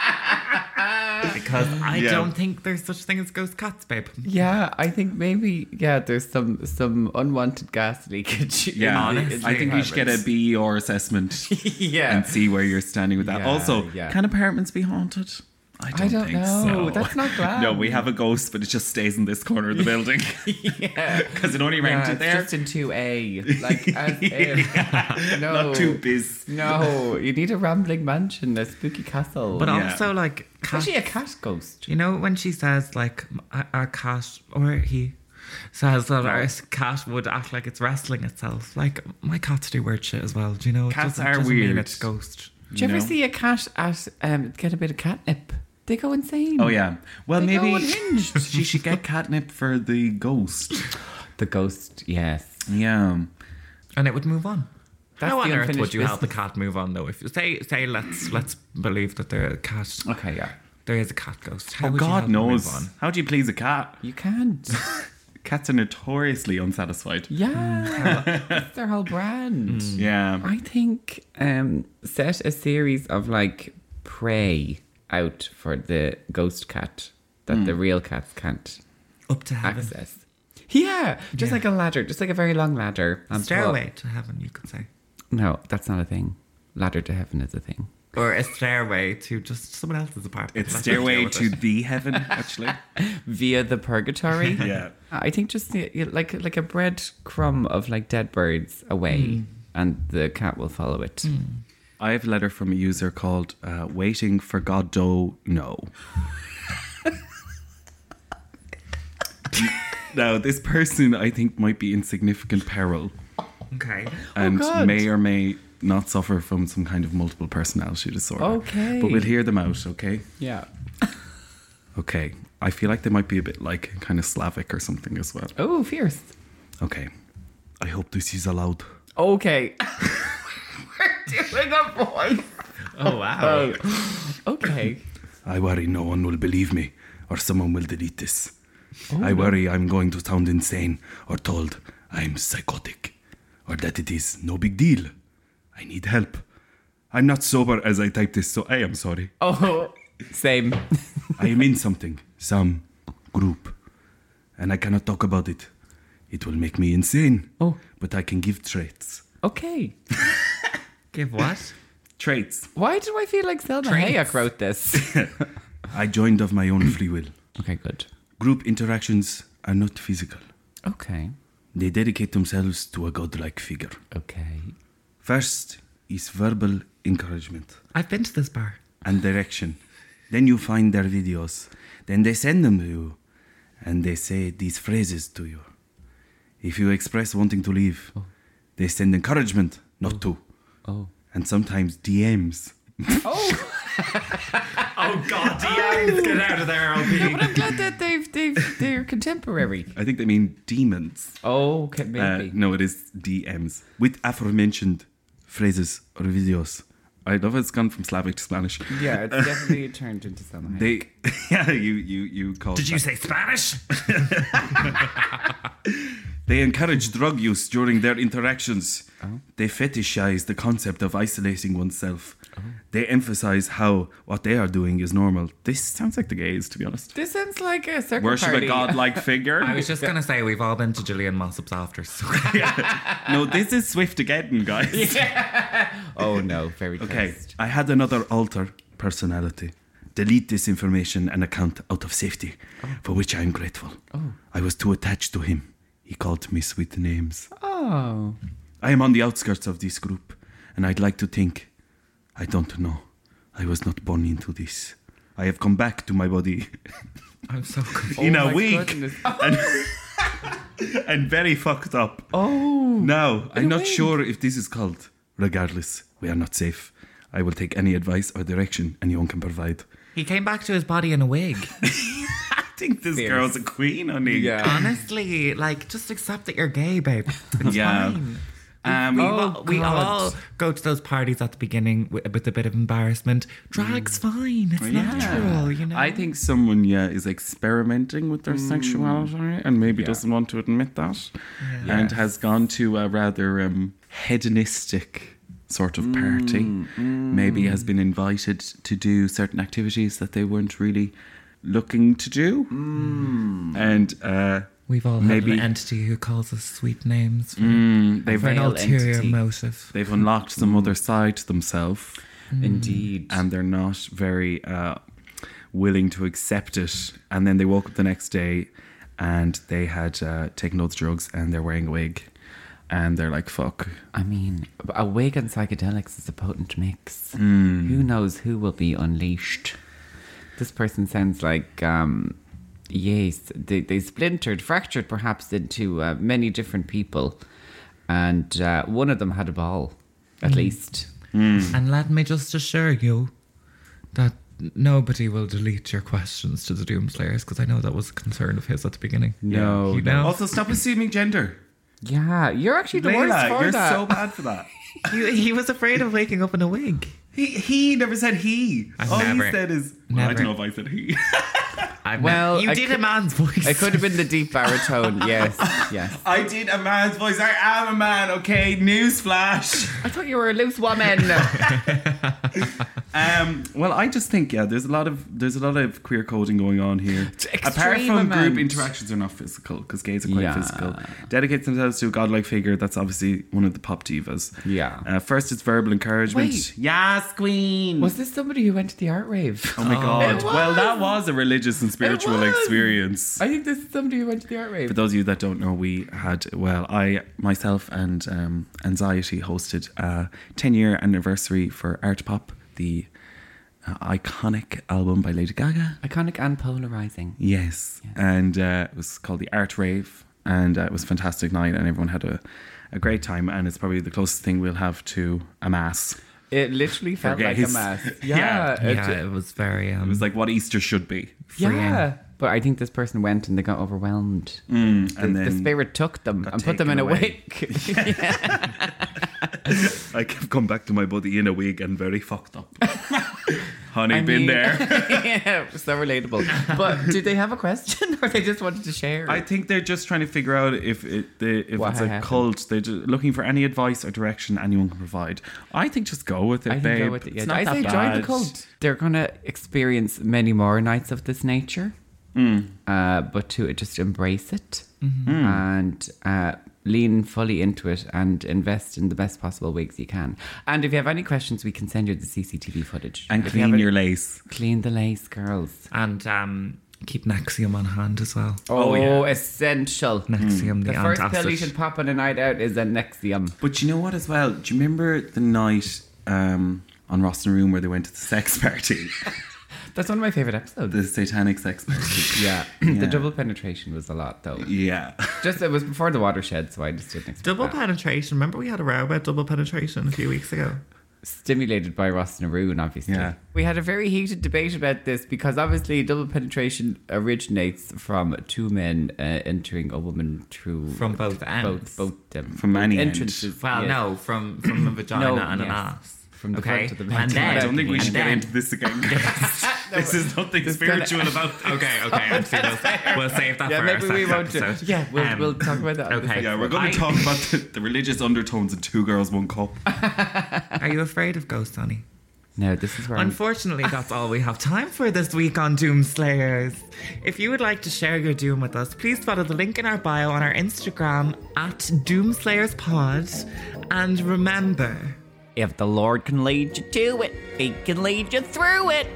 Speaker 6: Um, because I
Speaker 4: Yeah.
Speaker 6: don't think there's such thing as ghost cats, babe.
Speaker 5: Yeah, I think maybe yeah. There's some some unwanted gas leakage. in
Speaker 4: Yeah.
Speaker 5: the-
Speaker 6: Honest.
Speaker 5: in the
Speaker 4: I think you should get a BER assessment.
Speaker 5: apartment. yeah.
Speaker 4: and see where you're standing with that.
Speaker 5: Yeah,
Speaker 4: also,
Speaker 5: yeah.
Speaker 4: can apartments be haunted? I don't,
Speaker 5: don't
Speaker 4: think
Speaker 5: know.
Speaker 4: so.
Speaker 5: That's not glam.
Speaker 4: No, we have a ghost, but it just stays in this corner of the building
Speaker 5: yeah.
Speaker 4: because it only
Speaker 5: Yeah,
Speaker 4: rented
Speaker 5: Uh, it's
Speaker 4: there.
Speaker 5: just in two A, like as if no,
Speaker 4: Not too biz.
Speaker 5: no, you need a rambling mansion, a spooky castle,
Speaker 6: But
Speaker 4: Yeah.
Speaker 6: also, like, cat
Speaker 5: actually a cat ghost.
Speaker 6: You know when she says like our- our cat or he says that our cat would act like it's wrestling itself. Like my cats do weird shit as well. Do you know? It
Speaker 4: Cats
Speaker 6: doesn't-
Speaker 4: are
Speaker 6: doesn't Mean
Speaker 4: weird.
Speaker 6: it's ghost.
Speaker 5: Did you ever
Speaker 4: No.
Speaker 5: see a cat at um, get a bit of catnip? They go insane.
Speaker 4: Oh yeah. Well,
Speaker 5: They go
Speaker 4: maybe
Speaker 5: unhinged.
Speaker 4: she should get catnip for the ghost.
Speaker 5: the ghost. Yes,
Speaker 4: Yeah.
Speaker 6: And it would move on.
Speaker 5: That's
Speaker 6: How on
Speaker 5: the
Speaker 6: earth would
Speaker 5: unfinished
Speaker 6: you help the cat move on though? If say say let's let's believe that there a cat
Speaker 5: okay, yeah,
Speaker 6: there is a cat ghost. How
Speaker 4: Oh
Speaker 6: would you help
Speaker 4: God
Speaker 6: it move
Speaker 4: knows.
Speaker 6: on?
Speaker 4: How do you please a cat?
Speaker 5: you can't.
Speaker 4: Cats are notoriously unsatisfied.
Speaker 5: Yeah, that's their whole brand.
Speaker 4: Yeah.
Speaker 5: I think um, set a series of like prey out for the ghost cat that the real cats can't
Speaker 6: Up to heaven.
Speaker 5: access. Yeah, just like a ladder, just like a very long ladder. on
Speaker 6: Stairway to heaven, you could say.
Speaker 5: top. No, that's not a thing. Ladder to heaven is a thing.
Speaker 6: Or a stairway to just someone else's apartment.
Speaker 4: It's
Speaker 6: Let them deal
Speaker 4: stairway
Speaker 6: with
Speaker 4: to
Speaker 6: it.
Speaker 4: the heaven, actually.
Speaker 5: Via the purgatory.
Speaker 4: yeah.
Speaker 5: I think just the, you- like like a breadcrumb of like dead birds away, and the cat will follow it.
Speaker 4: I have a letter from a user called uh, Waiting for God Do No. now, this person I think might be in significant peril
Speaker 6: Okay.
Speaker 4: and
Speaker 5: God.
Speaker 4: may or may not suffer from some kind of multiple personality disorder.
Speaker 5: Okay.
Speaker 4: But we'll hear them out, okay?
Speaker 5: Yeah.
Speaker 4: Okay. I feel like they might be a bit like kind of Slavic or something as well.
Speaker 5: Oh, fierce.
Speaker 4: Okay. I hope this is allowed.
Speaker 5: Okay. We're doing a voice.
Speaker 6: Oh
Speaker 4: Uh,
Speaker 6: wow.
Speaker 5: Okay.
Speaker 4: I worry no one will believe me or someone will delete this. I worry I'm going to sound insane or told I'm psychotic or that it is no big deal. I need help. I'm not sober as I type this, so I am sorry.
Speaker 5: Oh, same.
Speaker 4: I am in something, some group, and I cannot talk about it. It will make me insane.
Speaker 5: Oh.
Speaker 4: But I can give traits.
Speaker 5: Okay.
Speaker 6: Give what?
Speaker 4: Traits.
Speaker 5: Why do I feel like Selma
Speaker 6: Traits.
Speaker 5: Hayek wrote this?
Speaker 4: I joined of my own free will.
Speaker 5: okay, good.
Speaker 4: Group interactions are not physical.
Speaker 5: Okay.
Speaker 4: They dedicate themselves to a godlike figure.
Speaker 5: Okay.
Speaker 4: First is verbal encouragement
Speaker 6: I've been to this bar.
Speaker 4: and direction. Then you find their videos. Then they send them to you. And they say these phrases to you. If you express wanting to leave, they send encouragement not to.
Speaker 5: Oh.
Speaker 4: And sometimes DMs.
Speaker 6: Oh god, DMs, get out of there,
Speaker 5: Yeah, but I'm glad that they've, they've they're contemporary.
Speaker 4: I think they mean demons.
Speaker 5: Oh, okay, maybe.
Speaker 4: Uh, no, it is DMs with aforementioned phrases or videos. I love it's gone from Slavic to Spanish.
Speaker 5: Yeah, it's definitely turned into Selma Hayek.
Speaker 4: They, yeah, you you you call.
Speaker 6: Did you say Spanish?
Speaker 4: They encourage drug use during their interactions.
Speaker 6: Oh.
Speaker 4: They fetishize the concept of isolating oneself.
Speaker 6: Oh.
Speaker 4: They emphasize how what they are doing is normal. This sounds like the gays, to be honest.
Speaker 5: this sounds like a circle
Speaker 4: Worship
Speaker 5: party.
Speaker 4: a godlike
Speaker 6: I
Speaker 4: figure.
Speaker 6: was just gonna say we've all been to Gillian Mossop's after. So.
Speaker 4: no, this is Swift again, guys.
Speaker 5: Oh no, very
Speaker 4: Okay,
Speaker 5: cursed.
Speaker 4: I had another alter personality. Delete this information and account out of safety, for which I am grateful. I was too attached to him. He called me sweet names.
Speaker 5: Oh,
Speaker 4: I am on the outskirts of this group, and I'd like to think. I don't know. I was not born into this. I have come back to my body
Speaker 6: I'm so confused.
Speaker 4: in
Speaker 5: Oh
Speaker 4: a
Speaker 5: my
Speaker 4: week
Speaker 5: goodness.
Speaker 4: and, and very fucked up.
Speaker 5: oh,
Speaker 4: Now, I'm not
Speaker 5: week.
Speaker 4: sure if this is called. Regardless, we are not safe. I will take any advice or direction anyone can provide.
Speaker 6: He came back to his body in a wig.
Speaker 4: I think this
Speaker 5: Fierce.
Speaker 4: girl's a queen, honey.
Speaker 5: yeah.
Speaker 6: Honestly, like just accept that you're gay, babe. It's
Speaker 4: Yeah.
Speaker 6: fine.
Speaker 4: Um,
Speaker 6: We,
Speaker 5: Oh,
Speaker 6: all, we
Speaker 5: God.
Speaker 6: all go to those parties at the beginning with, with a bit of embarrassment. Drag's fine. It's natural, you know.
Speaker 4: I think someone, yeah, is experimenting with their
Speaker 6: Mm.
Speaker 4: sexuality and maybe doesn't want to admit that, and has gone to a rather um, hedonistic sort of party. Maybe has been invited to do certain activities that they weren't really looking to do, and uh,
Speaker 6: We've all
Speaker 4: maybe-
Speaker 6: had an entity who calls us sweet names for,
Speaker 4: they've
Speaker 6: for an
Speaker 5: veiled
Speaker 6: ulterior
Speaker 5: entity.
Speaker 6: motive.
Speaker 4: they've unlocked some other side to themselves.
Speaker 5: Indeed.
Speaker 4: and they're not very uh, willing to accept it. And then they woke up the next day and they had uh, taken loads of drugs and they're wearing a wig. And they're like, fuck.
Speaker 5: I mean, a wig and psychedelics is a potent mix.
Speaker 4: Hmm.
Speaker 5: Who knows who will be unleashed? This person sounds like, um, yes, they, they splintered, fractured perhaps into uh, many different people. And uh, one of them had a ball, at least.
Speaker 6: And let me just assure you that nobody will delete your questions to the Doomslayers because I know that was a concern of his at the beginning.
Speaker 4: No.
Speaker 6: You know?
Speaker 4: Also, stop assuming gender.
Speaker 5: Yeah, you're actually the worst for
Speaker 4: you're
Speaker 5: that.
Speaker 4: so bad for that.
Speaker 6: he, he was afraid of waking up in a wig.
Speaker 4: He, he never said he.
Speaker 6: I've
Speaker 4: All he
Speaker 6: never-
Speaker 4: said is, well, I
Speaker 6: never.
Speaker 4: don't know if I said he.
Speaker 6: I've
Speaker 5: Well,
Speaker 6: never- you
Speaker 5: I
Speaker 6: did
Speaker 5: cou-
Speaker 6: a man's voice.
Speaker 5: it could have been the deep baritone. yes, yes.
Speaker 4: I did a man's voice. I am a man, okay? Newsflash.
Speaker 5: I thought you were a loose woman.
Speaker 4: Um, well, I just think yeah, there's a lot of there's a lot of queer coding going on here.
Speaker 5: extreme
Speaker 4: Apart from
Speaker 5: amount.
Speaker 4: group interactions are not physical because gays are quite
Speaker 5: Yeah.
Speaker 4: physical. Dedicates themselves to a godlike figure. That's obviously one of the pop divas.
Speaker 5: Yeah.
Speaker 4: Uh, first, it's verbal encouragement.
Speaker 5: Wait.
Speaker 4: Yes, queen.
Speaker 5: Was this somebody who went to the art rave?
Speaker 4: oh my god.
Speaker 5: It
Speaker 4: Well, that was a religious and spiritual
Speaker 5: was.
Speaker 4: experience.
Speaker 5: I think this is somebody who went to the art
Speaker 4: For
Speaker 5: rave.
Speaker 4: those of you that don't know, we had well, I myself and um, Anxiety hosted a ten-year anniversary for Art Pop, the uh, iconic album by Lady Gaga.
Speaker 5: Iconic and polarizing.
Speaker 4: Yes, and uh, it was called the Art Rave, and uh, it was a fantastic night, and everyone had a, a great time, and it's probably the closest thing we'll have to a mass.
Speaker 5: It literally felt
Speaker 4: For
Speaker 5: like a
Speaker 4: gays.
Speaker 5: mess.
Speaker 4: Yeah.
Speaker 5: Yeah. it-
Speaker 2: Yeah, it was very. Um,
Speaker 4: It was like what Easter should be,
Speaker 5: yeah. But I think this person went and they got overwhelmed.
Speaker 4: and
Speaker 5: the
Speaker 4: then
Speaker 5: spirit took them and put them in
Speaker 4: taken away.
Speaker 5: a wake.
Speaker 4: I have come back to my body in a wig and very fucked up. Honey,
Speaker 5: I
Speaker 4: been
Speaker 5: mean-
Speaker 4: there.
Speaker 5: yeah, so relatable. But did they have a question or they just wanted to share?
Speaker 4: I think they're just trying to figure out if it the, if
Speaker 5: What
Speaker 4: it's a
Speaker 5: happened?
Speaker 4: cult. They're just looking for any advice or direction anyone can provide. I think just go with it,
Speaker 5: I think
Speaker 4: babe.
Speaker 5: go with it.
Speaker 4: It's
Speaker 5: Yeah.
Speaker 4: not
Speaker 5: I
Speaker 4: that
Speaker 5: say join
Speaker 4: bad.
Speaker 5: the cult. They're gonna experience many more nights of this nature,
Speaker 4: Hmm.
Speaker 5: uh, but to just embrace it
Speaker 4: Mm-hmm.
Speaker 5: and uh, lean fully into it and invest in the best possible wigs you can. And if you have any questions, we can send you the CCTV footage
Speaker 4: and
Speaker 5: If you
Speaker 4: clean
Speaker 5: have
Speaker 4: your
Speaker 5: any-
Speaker 4: lace.
Speaker 5: clean the lace, girls.
Speaker 6: and um, keep Nexium on hand as well.
Speaker 5: Oh,
Speaker 4: yeah.
Speaker 5: essential.
Speaker 6: Nexium, the,
Speaker 5: The
Speaker 6: antacid.
Speaker 5: first pill you should pop on a night out is a Nexium.
Speaker 4: But you know what as well? Do you remember the night um, on Roston Room where they went to the sex party,
Speaker 5: That's one of my favorite episodes.
Speaker 4: the satanic sex party?
Speaker 5: yeah. the double penetration was a lot though.
Speaker 4: yeah.
Speaker 5: Just it was before the watershed, so I just didn't expect
Speaker 6: Double
Speaker 5: that.
Speaker 6: penetration. Remember we had a row about double penetration a few weeks ago.
Speaker 5: stimulated by Ross Naroon, obviously.
Speaker 4: Yeah.
Speaker 5: We had a very heated debate about this because obviously double penetration originates from two men uh, entering a woman through
Speaker 6: From both ends.
Speaker 5: both both um,
Speaker 4: From any end.
Speaker 5: entrances.
Speaker 6: Well,
Speaker 5: yes.
Speaker 6: no, from from a vagina
Speaker 5: No,
Speaker 6: and an
Speaker 5: yes.
Speaker 6: ass.
Speaker 5: From the
Speaker 6: okay?
Speaker 5: front to the back.
Speaker 6: and then,
Speaker 4: I don't think we
Speaker 6: and
Speaker 4: should get
Speaker 6: then-
Speaker 4: into this again. guys. this is nothing
Speaker 5: gonna-
Speaker 4: spiritual about this.
Speaker 6: Okay, okay, I see. We'll, we'll save that
Speaker 5: Yeah,
Speaker 6: for
Speaker 5: maybe
Speaker 6: our
Speaker 5: we
Speaker 6: second
Speaker 5: won't do.
Speaker 6: episode.
Speaker 5: Yeah, we'll,
Speaker 6: Um,
Speaker 5: we'll talk about that. on the
Speaker 6: okay.
Speaker 5: second
Speaker 4: Yeah, we're
Speaker 5: one.
Speaker 4: going
Speaker 6: I-
Speaker 4: to talk about the, the religious undertones in Two Girls, One Cup.
Speaker 6: Are you afraid of ghosts, Annie?
Speaker 5: No, this is where I'm-
Speaker 6: Unfortunately, that's all we have time for this week on Doomslayers. If you would like to share your doom with us, please follow the link in our bio on our Instagram at DoomslayerSPod. And remember,
Speaker 5: if the Lord can lead you to it, He can lead you through it.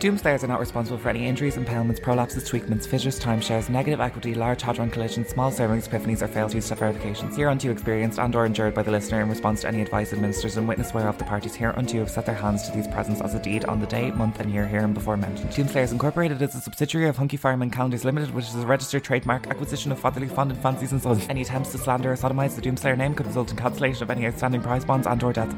Speaker 2: Doomslayers are not responsible for any injuries, impairments, prolapses, tweakments, fissures, timeshares, negative equity, large hadron collisions, small servings, epiphanies, or failures to verifications hereunto experienced and or endured by the listener in response to any advice administered in witness whereof the parties hereunto have set their hands to these presents as a deed on the day, month, and year herein before mentioned. Doomslayers Incorporated is a subsidiary of Hunky Fireman Calendars Limited, which is a registered trademark acquisition of fatherly fond and fancies and sons. Any attempts to slander or sodomize the Doomslayer name could result in cancellation of any outstanding prize bonds and or death.